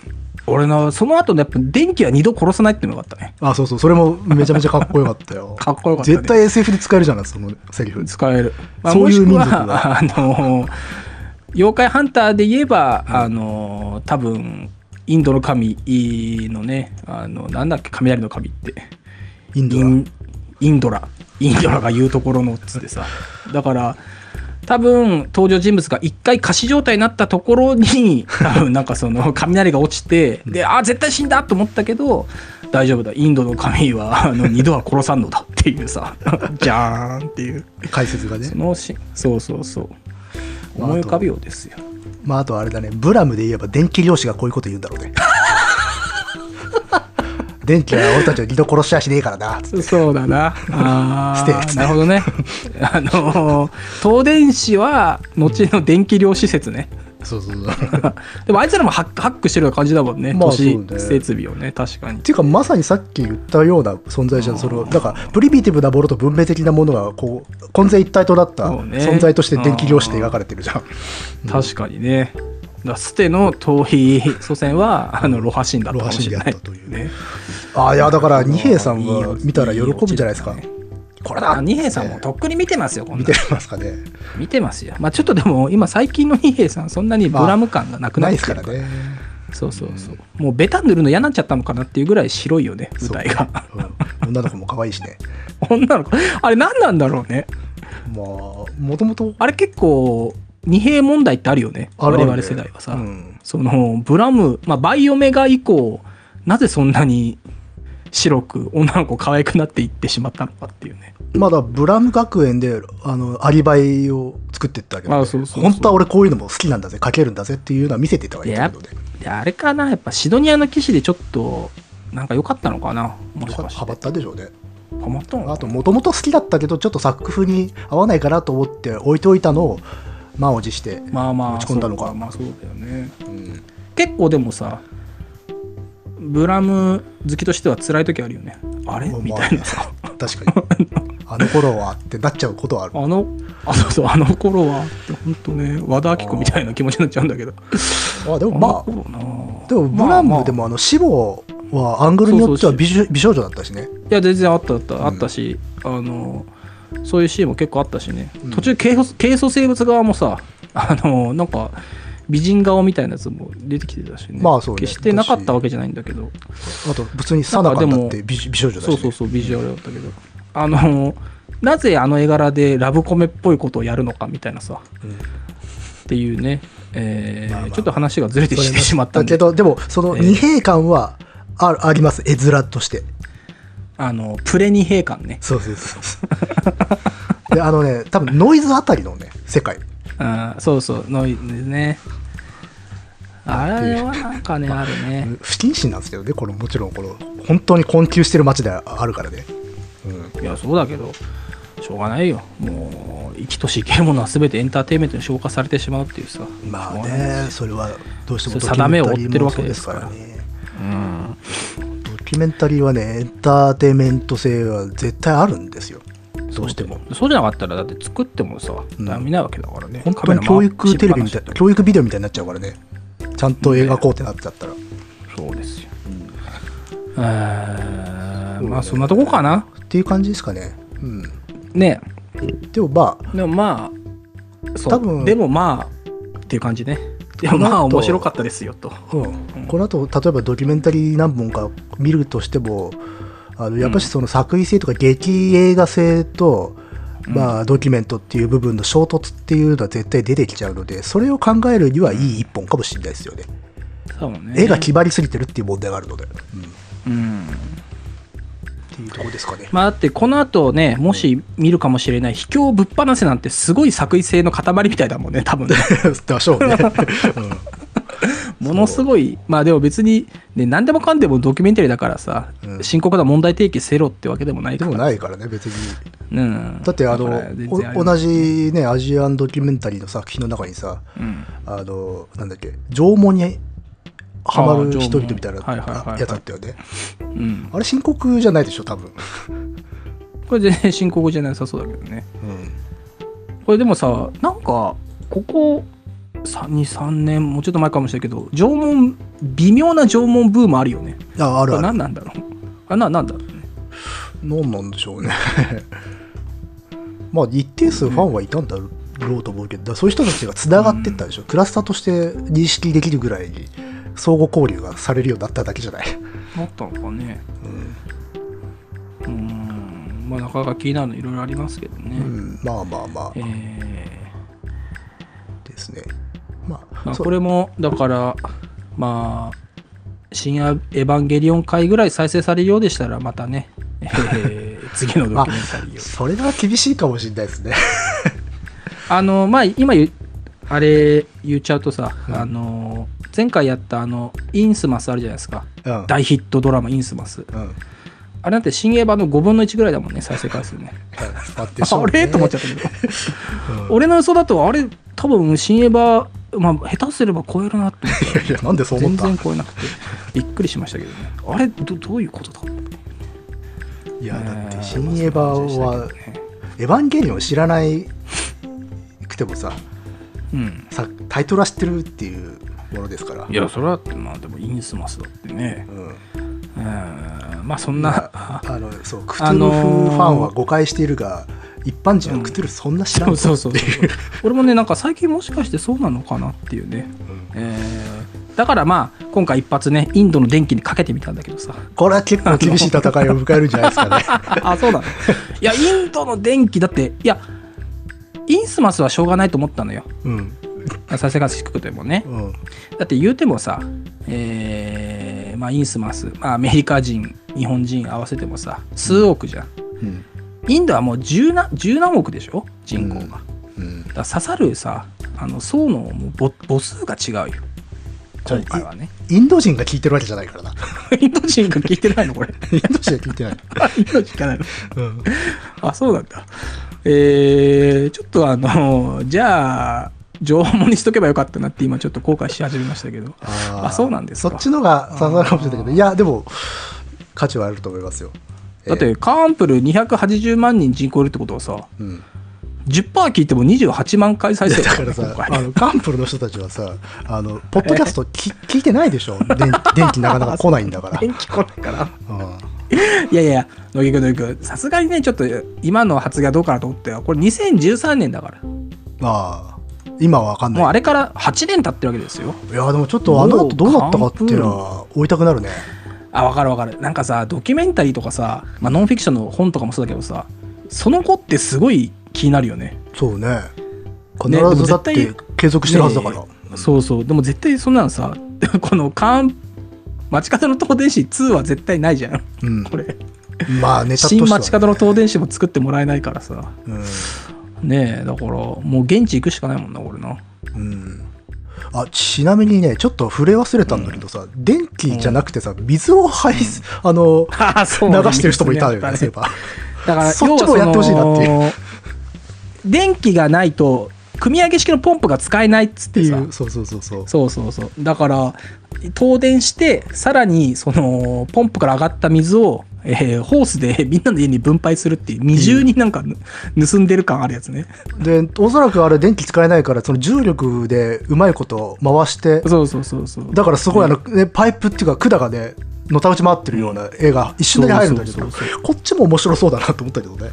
S1: 俺のその後のやっぱ電気は二度殺さないっていうのがよかったね
S2: あそうそうそれもめちゃめちゃかっこよかった
S1: (laughs)
S2: よ
S1: かっこよかったね
S2: 絶対 SF で使えるじゃないそのセリフ
S1: 使える、まあ、
S2: そう
S1: も
S2: い
S1: し
S2: う
S1: く
S2: 民族
S1: はあの妖怪ハンターで言えば、あの多分インドの神のねあのなんだっけ雷の神って
S2: インド
S1: イ
S2: は
S1: ンインドラインドラが言うところのっつってさだから多分登場人物が一回仮死状態になったところに多分なんかその雷が落ちてであー絶対死んだと思ったけど大丈夫だインドの神はあの二度は殺さんのだっていう (laughs) さじゃーんっていう
S2: 解説がね
S1: そのしそうそうそう
S2: まあ
S1: 思い浮かぶようですよ
S2: まああとあれだねブラムで言えば電気漁師がこういうこと言うんだろうね (laughs) 電気は俺たちを二度殺しやしねえからな
S1: そうだ (laughs) な。あ
S2: ステー
S1: あ、
S2: ジ
S1: なるほど (laughs) ね。あのー、東電子は、後の電気量施設ね。 (laughs)
S2: そうそうそう (laughs) っ
S1: でもあいつらもハックハックしてるような感じだもんね。
S2: まあ
S1: 都市
S2: そうね
S1: 設備をね、確かに。
S2: ていうかまさにさっき言ったような存在じゃんそれをだからプリミティブなものと文明的なものがこう混然一体となった
S1: そうね
S2: 存在として電気漁師って描かれてるじゃん
S1: 確かにね。だからステの遠い祖先は、あの、ロハ神だったかもしれない。
S2: ロハ神であったという
S1: ね。
S2: ああいやだから二平さん
S1: いい
S2: は
S1: よ
S2: 見たら喜ぶじゃないですか
S1: いいよ
S2: これだ
S1: あ、二平さんも
S2: ね
S1: とっくに見てますよ、こん
S2: 見
S1: な
S2: て
S1: の
S2: ますかね
S1: 見てますよ。まあちょっとでも、今最近の二平さん、そんなにブラム感がなくな
S2: な
S1: っ
S2: い
S1: て
S2: です
S1: きて
S2: か
S1: る
S2: ら
S1: から
S2: ね
S1: そうそうそう。もうベタ塗るの嫌になっちゃったのかなっていうぐらい白いよね、舞台が。 (laughs)
S2: うん女の子も可愛いしね
S1: 女の子あれ何なんだろうね
S2: まあもともと
S1: あれ結構二平問題ってあるよね
S2: あるあ
S1: 我
S2: る
S1: 々世代はさ、
S2: うん
S1: そのブラム、まあ、バイオメガ以降なぜそんなに白く女の子可愛くなっていってしまったのかっていうね
S2: まだブラム学園であのアリバイを作ってったわけど、
S1: あそうそうそう
S2: 本当は俺こういうのも好きなんだぜ書けるんだぜっていうのは見せてたわけだけどね
S1: であれかなやっぱシドニアの騎士でちょっとなんか良かったのかなもしかして
S2: はまったんでしょうね
S1: ハマったの
S2: あ
S1: か
S2: ともともと好きだったけどちょっと作風に合わないかなと思って置いておいたのを満を
S1: (laughs)
S2: 持して、
S1: まあまあ
S2: 落ち込んだのか
S1: そうまあそうだよね
S2: うん
S1: 結構でもさブラム好きとしては辛い時あるよねあれ
S2: まあ
S1: みたいなさ
S2: 確かにあの頃はってなっちゃうことはある
S1: あの、あ、そうそう、あの頃は、本当ね、和田アキ子みたいな気持ちになっちゃうんだけど。
S2: あでも
S1: (laughs) まあの
S2: まあ
S1: 頃なあ、
S2: でもブラ
S1: まあま
S2: ム
S1: あ
S2: でもあの死亡はアングルによって
S1: そうそ
S2: は
S1: う
S2: 美女美少女だったしね
S1: いや、全然あった、あった、あったし、あの、そういうシーンも結構あったしね。
S2: うん
S1: 途中、軽素軽素生物側もさ、あの、なんか、美人顔みたいなやつも出てきてたしね。
S2: まあそうね
S1: 決してなかったわけじゃないんだけど。
S2: あと普通にさなかだって美美少女だし、
S1: そ
S2: ね、
S1: うそうそう、ビジュアルだったけど。あの、なぜあの絵柄でラブコメっぽいことをやるのかみたいなさ、
S2: うん
S1: っていうね、えー
S2: まあまあ
S1: ちょっと話がずれてきてしまった
S2: だ
S1: んで
S2: けどでもその
S1: ええ
S2: 二平感はあ,、あります絵面として
S1: あの、プレニ兵感ね。
S2: そうそうそうそうであのね多分ノイズあたりのね世界
S1: あーそうそう、ノイズね。あれはなんかね、あるね。
S2: 不謹慎なんですけどねこのもちろんこの本当に困窮してる街であるからね、
S1: いや、そうだけど、しょうがないよ。もう、生きとし生けるものは全てエンターテインメントに消化されてしまうっていうさ。
S2: まあ
S1: しょうがない
S2: ねそれはどうしても
S1: それ定めを追ってるわけですから
S2: ドキュメンタリーもそうですからねドキュメンタリーはねエンターテインメント性は絶対あるんですよどうしても
S1: そうじゃなかったら、だって作ってもさ、
S2: ん
S1: ダメなわけだからね。
S2: 本当に教育テレビみたいな教育ビデオみたいになっちゃうからねちゃんと描こうってなっちゃったら、
S1: そうですよ。えーまあ、そんなとこかな。
S2: っていう感じですかね。うん、
S1: ね。
S2: でもまあ、
S1: でもまあ、そう
S2: 多分
S1: でもまあ、っていう感じね。でも
S2: この
S1: まあ、
S2: 後
S1: 面白かったですよと。
S2: うん、この後例えばドキュメンタリー何本か見るとしてもあのやっぱりその作為性とか劇映画性と、まあ、ドキュメントっていう部分の衝突っていうのは絶対出てきちゃうのでそれを考えるにはいい一本かもしれないですよね。
S1: そうね。
S2: 絵が決まりすぎてるっていう問題があるので、うん、っ
S1: うん。
S2: ていうところですか (laughs) ね。
S1: まあだってこの後ね、もし見るかもしれない、秘境ぶっ放せなんてすごい作為性の塊みたいだもんね、多分ね。
S2: でしょ
S1: (laughs)
S2: うね。うん
S1: ものすごい、まあでも別に、ね、何でもかんでもドキュメンタリーだからさ、
S2: うん
S1: 深刻な問題提起せろってわけでもない
S2: で
S1: から。
S2: もないからね別に。
S1: うん、
S2: だってあの
S1: だから全然あり
S2: お同じねアジアンドキュメンタリーの作品の中にさ
S1: うん
S2: あの、なんだっけ、縄文にハマ
S1: あー縄
S2: る
S1: 文
S2: 人々みたいな
S1: はいはいはいはい
S2: やつあったよね。
S1: うん、
S2: あれ深刻じゃないでしょ、多分。
S1: これ全然深刻じゃなさそうだけどね。これでもさ、なんか、ここ3、2、3年、もうちょっと前かもしれないけど、縄文、微妙な縄文ブームあるよね。
S2: あ、あ
S1: こ
S2: る
S1: れ
S2: ある。
S1: 何なんだろうあななんだろうね。
S2: 何なんでしょうね。 (laughs) まあ、一定数ファンはいたんだろうと思うけど、だからそういう人たちがつながってったでしょ。クラスターとして認識できるぐらいに相互交流がされるようになっただけじゃない。
S1: なったのかね。うーん、まあなかなか気になるのいろいろありますけどね。
S2: うん、まあまあまあ
S1: え。ー
S2: ですね。ま
S1: ま
S2: あ、
S1: あ、
S2: そう
S1: これもだからまあ「新エヴァンゲリオン」回ぐらい再生されるようでしたらまた
S2: (laughs)
S1: ね、えー次のドキュメンタリーを
S2: それは厳しいかもしれないですね。
S1: あのまあ今言うあれ言っちゃうとさ、あの前回やったあのインスマスあるじゃないですか
S2: うん。
S1: 大ヒットドラマ「インスマス
S2: うん。うん」
S1: あれなんて新エヴァの5分の1ぐらいだもんね再生回数ね
S2: だって
S1: あれと思っちゃ
S2: ゃ
S1: ったけど
S2: うん
S1: 俺の予想だとあれ多分新エヴァまあ下手すれば超えるなと思って
S2: いやいや、なんでそう思
S1: 全
S2: った
S1: 然超えなく (laughs) てびっくりしましたけどねあれどどういうことだ
S2: い
S1: い
S2: や、だって、新エヴァは、エヴァンゲリオン知らないくてもさ、
S1: うん
S2: さタイトルは知ってるっていうものですから。
S1: いやそれはまあでもインスマスだってね
S2: うん。
S1: うんまあそん
S2: ま
S1: な
S2: ああのそうクトゥ
S1: あ
S2: ルフ
S1: のー
S2: ファンは誤解しているが、一般人はクトゥルフそんな知らん
S1: (laughs) そうそ
S2: ぞ
S1: うそうそう (laughs) 俺もねなんか最近もしかしてそうなのかなっていうね、
S2: うん
S1: えーだからまあ今回一発ねインドの電気にかけてみたんだけどさ
S2: これは結構厳しい戦いを迎えるんじゃないですかね。
S1: (laughs) あそうなの (laughs) いやインドの電気だっていやインスマスはしょうがないと思ったのよ
S2: うん
S1: 再生回数低くてもね
S2: うん
S1: だって言うてもさえーまあインスマス、まあ、アメリカ人日本人合わせてもさ数億じゃん
S2: うん
S1: インドはもう十何十何億でしょ人口が、
S2: うん
S1: だから刺さるさあの層のもう母母数が違うよ今回はね
S2: インド人が聞いてるわけじゃないか
S1: (laughs)
S2: らな。
S1: インド人が聞いてないのこれ
S2: (laughs) インド人は聞いてない。
S1: インド人聞かないの
S2: うん
S1: あそうなんだえー、ちょっとあのじゃあ情報もにしとけばよかったなって今ちょっと後悔し始めましたけど
S2: あ
S1: あそうなんですか
S2: そっちのが刺さるかもしれないけど、いや、でも、価値はあると思いますよ。えー
S1: だっ、てカーンプル280万人人口いるってことはさ
S2: うん、
S1: 10%聞いても28万回再生
S2: だ
S1: (laughs)
S2: からさ、あのカンプルの人たちはさ、あのポッドキャストき、聞いてないでしょ、電電気なかなか来ないん
S1: (laughs)
S2: だから。
S1: 天気来ないから
S2: うん
S1: (laughs) いやいや乃木くん乃木くんさすがにねちょっと今の発言はどうかなと思ってこれ2013年だから
S2: ああ、今は分かん
S1: もう
S2: な
S1: あれから8年経ってるわけですよ。
S2: い。いや、でもちょっとあの後どうなったかっていうのは、追いたくなるね。
S1: あ、わかるわかる。なんかさ、ドキュメンタリーとかさ、まあ、ノンフィクションの本とかもそうだけどさ、その後ってすごい気になるよね。
S2: そうね。必
S1: ねでも
S2: ずだ
S1: 絶
S2: って
S1: 対
S2: 継続してるはずだから。
S1: ねそうそう。でも絶対そんなのさ、 (laughs) このカーン、街角の東電子2は絶対ないじゃん。
S2: うん
S1: これ。
S2: まあ、ネタとして
S1: 新
S2: はね
S1: 街角の東電子も作ってもらえないからさ。
S2: うん
S1: ねえ、だから、もう現地行くしかないもんな、俺
S2: (laughs)
S1: な。
S2: うんあちなみにね、ちょっと触れ忘れたんだけどさ、電気じゃなくてさ、水を排出、あの、
S1: あ、そ
S2: 流してる人もいたよね、そういえば。
S1: だから
S2: そっちもやってほしいなっていう
S1: 要はその電気がないと組み上げ式のポンプが使えないっつっ
S2: っ
S1: て
S2: てい
S1: さ
S2: う、そうそうそうそう。
S1: そうそうそうだから東電してさらにそのポンプから上がった水を、えーホースでみんなの家に分配するっていう二重になんか盗んでる感あるやつね、
S2: で、おそらくあれ、電気使えないから、その重力でうまいこと回して、
S1: そうそうそうそう
S2: だからすごい、あの、ね、パイプっていうか、管がね、のたうち回ってるような絵が一瞬で入るんだけ
S1: そ
S2: ど
S1: うそうそ、
S2: こっちも面白そうだなと思ったけどね。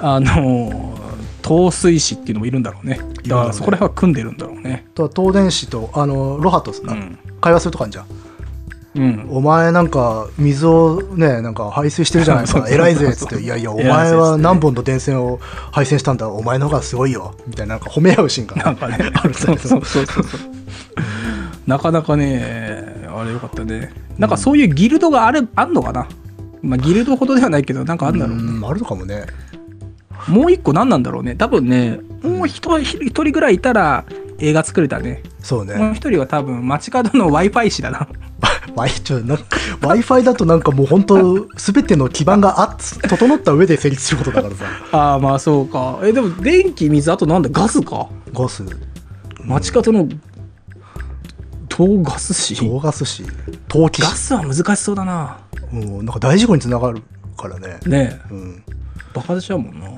S1: あのー東水師っていうのもいるんだろうねだからそこら辺は組んでるんだろうね
S2: と東電子と、あの、ロハとさ、
S1: うん
S2: 会話するとかあんじゃん。
S1: うん
S2: お前なんか水をねなんか排水してるじゃないです
S1: (laughs) そ
S2: か
S1: うそう
S2: 偉いぜっつって「いやいやお前は何本の電線を配線したんだお前の方がすごいよ」みたいななんか褒め合うシーン
S1: なんか
S2: が
S1: ね、あるそうそうそうそうそう。なかなかね、あれよかったね。なんかそういうギルドがある、あんのかな。まあ、ギルドほどではないけど、なんかあ
S2: あ
S1: んだろうね。
S2: んあるのかもね
S1: もう一個何なんだろうね。多分ね、もう一人一人ぐらいいたら映画作れたね。
S2: そう
S1: も
S2: ね
S1: う一人は多分街角の Wi-Fi 師だな。
S2: Wi- ちょなんか w i f i だとなんかもう本当全ての基盤があ整った上で成立することだからさ
S1: ああ、まあそうか。え、でも電気、水、あとなんだ、ガスか。
S2: ガス
S1: 街角の東ガス師。
S2: 超ガスし陶器
S1: ガ
S2: し、
S1: スは難しそうだな。
S2: うん、なんか大事故につながるからね
S1: ねえ、
S2: うん
S1: バカでしちゃうもんな。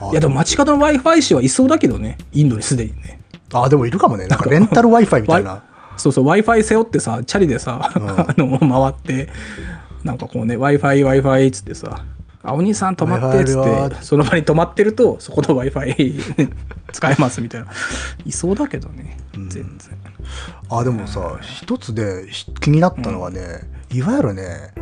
S2: あ
S1: いやでも街角の Wi-Fi 師はいそうだけどね、インドにすでにね。
S2: あでもいるかもねなんかレンタル w i f i みたいな
S1: そうそう、Wi-Fi 背負ってさ、チャリでさ、(laughs)
S2: ん
S1: あの回って、なんかこうね、Wi-Fi、Wi-Fi っつってさ、あ、お兄さん止まってっつ
S2: Wi-Fi
S1: っ
S2: は
S1: て、その場に止まってると、そこの Wi-Fi ね (laughs) 使えますみたいな。いそうだけどね、全然。
S2: あでもさ一つでひ気になったのはね、いわゆるね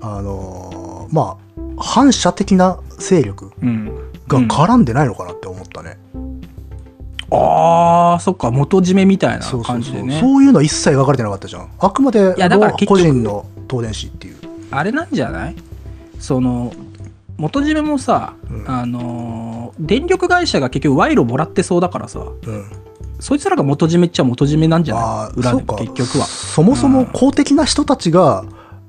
S2: あのーまあ反射的な勢力
S1: うん。
S2: が絡んでないのかなって思ったね、
S1: ああそっか元締めみたいな
S2: そうそ
S1: 感
S2: う
S1: じ
S2: そ
S1: で
S2: う、
S1: ね
S2: そういうのは一切書かれてなかったじゃんあくまで
S1: いやだから結局
S2: 個人の東電誌っていう
S1: あれなんじゃないその元締めもさ、
S2: うん
S1: あのー電力会社が結局賄賂もらってそうだからさ
S2: うん
S1: そいつらが元締めっちゃ元締めなんじゃ
S2: あ
S1: な
S2: あ
S1: い裏
S2: そ
S1: で
S2: うか
S1: 結局は
S2: そもそも公的な人たちが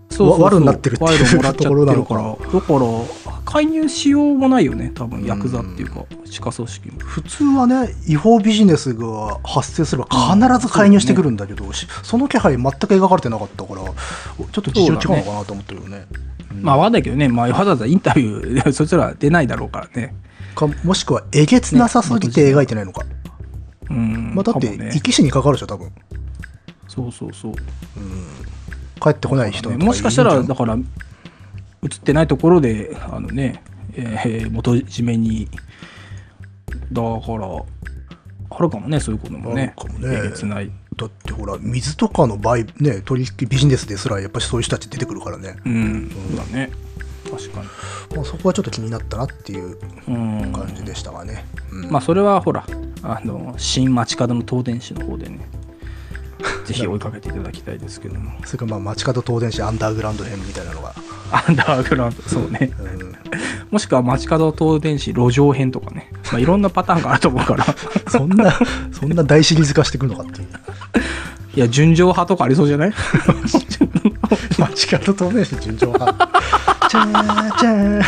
S1: そうそうそう
S2: わ悪になってるっていう
S1: 賄賂もらっちゃってる
S2: とこ
S1: か
S2: ろなの
S1: らだから介入しようもないよね多分ヤクザっていうか地下組織も
S2: 普通はね違法ビジネスが発生すれば必ず介入してくるんだけど、しその気配全く描かれてなかったからちょっと事情違うのかなと思ってるよね
S1: まあわかんないけどね、まあ、わざわざインタビュー (laughs) そいつらは出ないだろうからね
S2: かもしくはえげつなさすぎて描いてないのか、
S1: うん
S2: まあ、だって
S1: かもね
S2: 生き死にかかるでしょ多分
S1: そうそうそう
S2: 帰ってこない人とかいるんじゃん
S1: もしかしたらだから映ってないところであのね、えー元締めにだからあるかもねそういうことも
S2: ある
S1: ね
S2: かもね
S1: えげつない
S2: だってほら水とかの売、ね、取引ビジネスですらやっぱりそういう人たち出てくるからね、
S1: うんそうだね確か
S2: まあ、そこはちょっと気になったなっていう
S1: にうん
S2: 感じでしたがね、うん
S1: まあそれはほらあの新街角の東電市の方で
S2: (laughs)
S1: ねぜひ追いかけていただきたいですけども
S2: それからまあ街角東電市アンダーグラウンド編みたいなのが、
S1: アンダーグラウンドそうね
S2: うん、
S1: もしくは街角東電市路上編とかね、まあ、いろんなパターンがあると思う
S2: (laughs)
S1: から
S2: そん
S1: (laughs)
S2: なそんな大シリーズ化してくるのかっていう
S1: いや純情派とかありそうじゃない
S2: 街角東電市純情派 (laughs) チャーチャ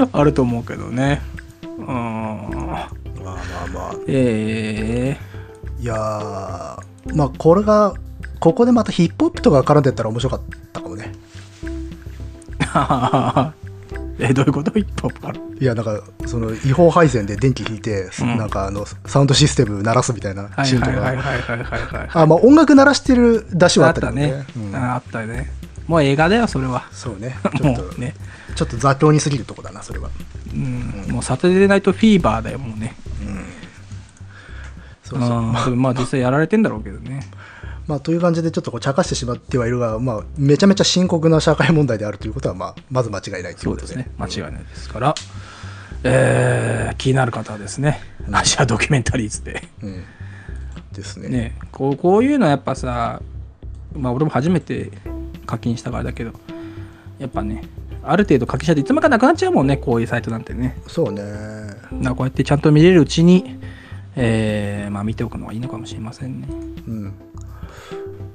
S2: ー
S1: (laughs) あると思うけどね。うーん。
S2: まあまあまあ
S1: え
S2: いやーまあこれがここでまたヒップホップとか絡んでったら面白かったかもね
S1: ー、 (laughs) え、どういうこと一歩から。
S2: いやなんかその違法配線で電気引いて、
S1: うん
S2: なんかあのサウンドシステム鳴らすみたいな
S1: はい
S2: シーンと
S1: は
S2: か、
S1: いはいはいはいはいはい。
S2: あまあ音楽鳴らしてる出しは
S1: あ
S2: あ
S1: っ
S2: ったけ
S1: た
S2: ど
S1: ね
S2: ね。うん
S1: ああったね。もう映画だよ、それは。
S2: そうねちょっ
S1: も
S2: と
S1: うね。
S2: ちょっと座標に過ぎるとこだなそれは
S1: うん。もうサテデーナイトフィーバーだよ、もうね。
S2: そううそう、
S1: ん。それまあ実際やられてんだろうけど (laughs) ね。
S2: まあ、という感じでちょっとこう茶化してしまってはいるが、まあ、めちゃめちゃ深刻な社会問題であるということは、まあ、まず間違いないという
S1: そう
S2: こ
S1: で
S2: と
S1: す
S2: で
S1: ね。間違いないですから。えー、気になる方はですね、アジアドキュメンタリーズで。
S2: うんですね
S1: ねこうこういうのはやっぱさまあ俺も初めて課金したからだけどやっぱねある程度課金しないといつまかなくなっちゃうもんねこういうサイトなんてね
S2: そうね
S1: だからこうやってちゃんと見れるうちにえーまあ見ておくのがいいのかもしれませんね
S2: うん、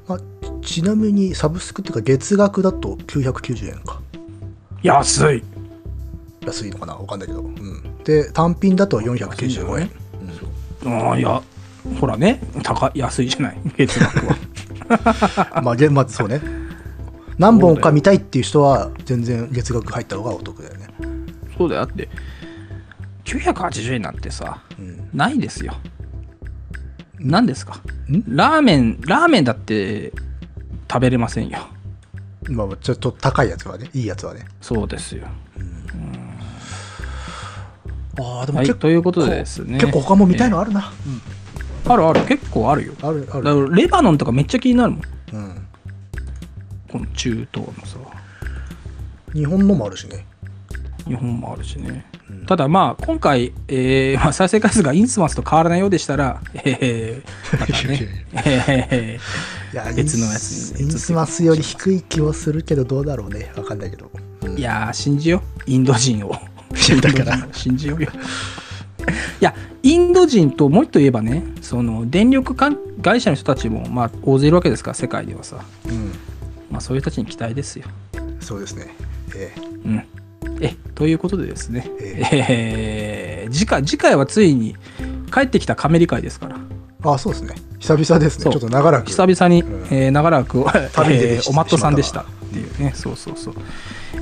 S2: まあ、ちなみにサブスクっていうか月額だと990円か
S1: 安い
S2: 安いのかなわかんないけど、うん、で単品だと495円、
S1: ああいやほらね高い安いじゃない (laughs) 月額は
S2: まあげまあそうね何本か見たいっていう人は全然月額入った方がお得だよね、
S1: そうだよだって980円なんてさ
S2: うん、
S1: ないですよ何ですか
S2: ん
S1: ラーメンラーメンだって食べれませんよ
S2: まあちょっと高いやつはねいいやつはね
S1: そうですよ。
S2: ああで
S1: はい、ということでですね。
S2: 結構他も見たいのあるな、
S1: あるある、結構あるよ。だか
S2: あるあ
S1: ら
S2: る、
S1: レバノンとかめっちゃ気になるもん。
S2: うん、
S1: この中東のさ、
S2: 日本のもあるしね
S1: 日本もあるしね。ただまあ、今回、えーまあ、再生回数がインスマスと変わらないようでしたら、えー、またね、え
S2: いや
S1: 別のやつに
S2: インスインスマスより低い気はするけどどうだろうねわかんないけど、うん
S1: ーいやー、信じよう、インド人を。信
S2: だから
S1: 信じようよ。いや、インド人ともう一と言えばね、その電力関会社の人たちも、まあ、大勢いるわけですから、世界ではさ、
S2: う
S1: まあ、そういう人たちに期待ですよ。
S2: ん、そうですねええ
S1: うん、えということでですね、
S2: え
S1: えー次回次回はついに帰ってきたカメリ会ですから
S2: あそうですね久々ですね
S1: そう
S2: ちょっと長らく
S1: 久々に、
S2: うん
S1: えー長らく、
S2: 旅に出て
S1: えーおまっとさんでしたっていうね、そうそうそう、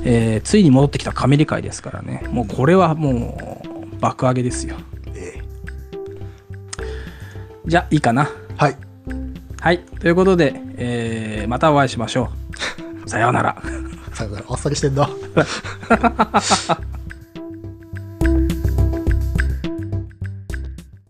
S1: えーついに戻ってきたカメリ会ですからねもうこれはもう爆上げですよ
S2: え
S1: じゃあいいかな
S2: えはい
S1: はいということで、えーまたお会い (laughs) しましょうさようなら
S2: さよならあっさりしてんな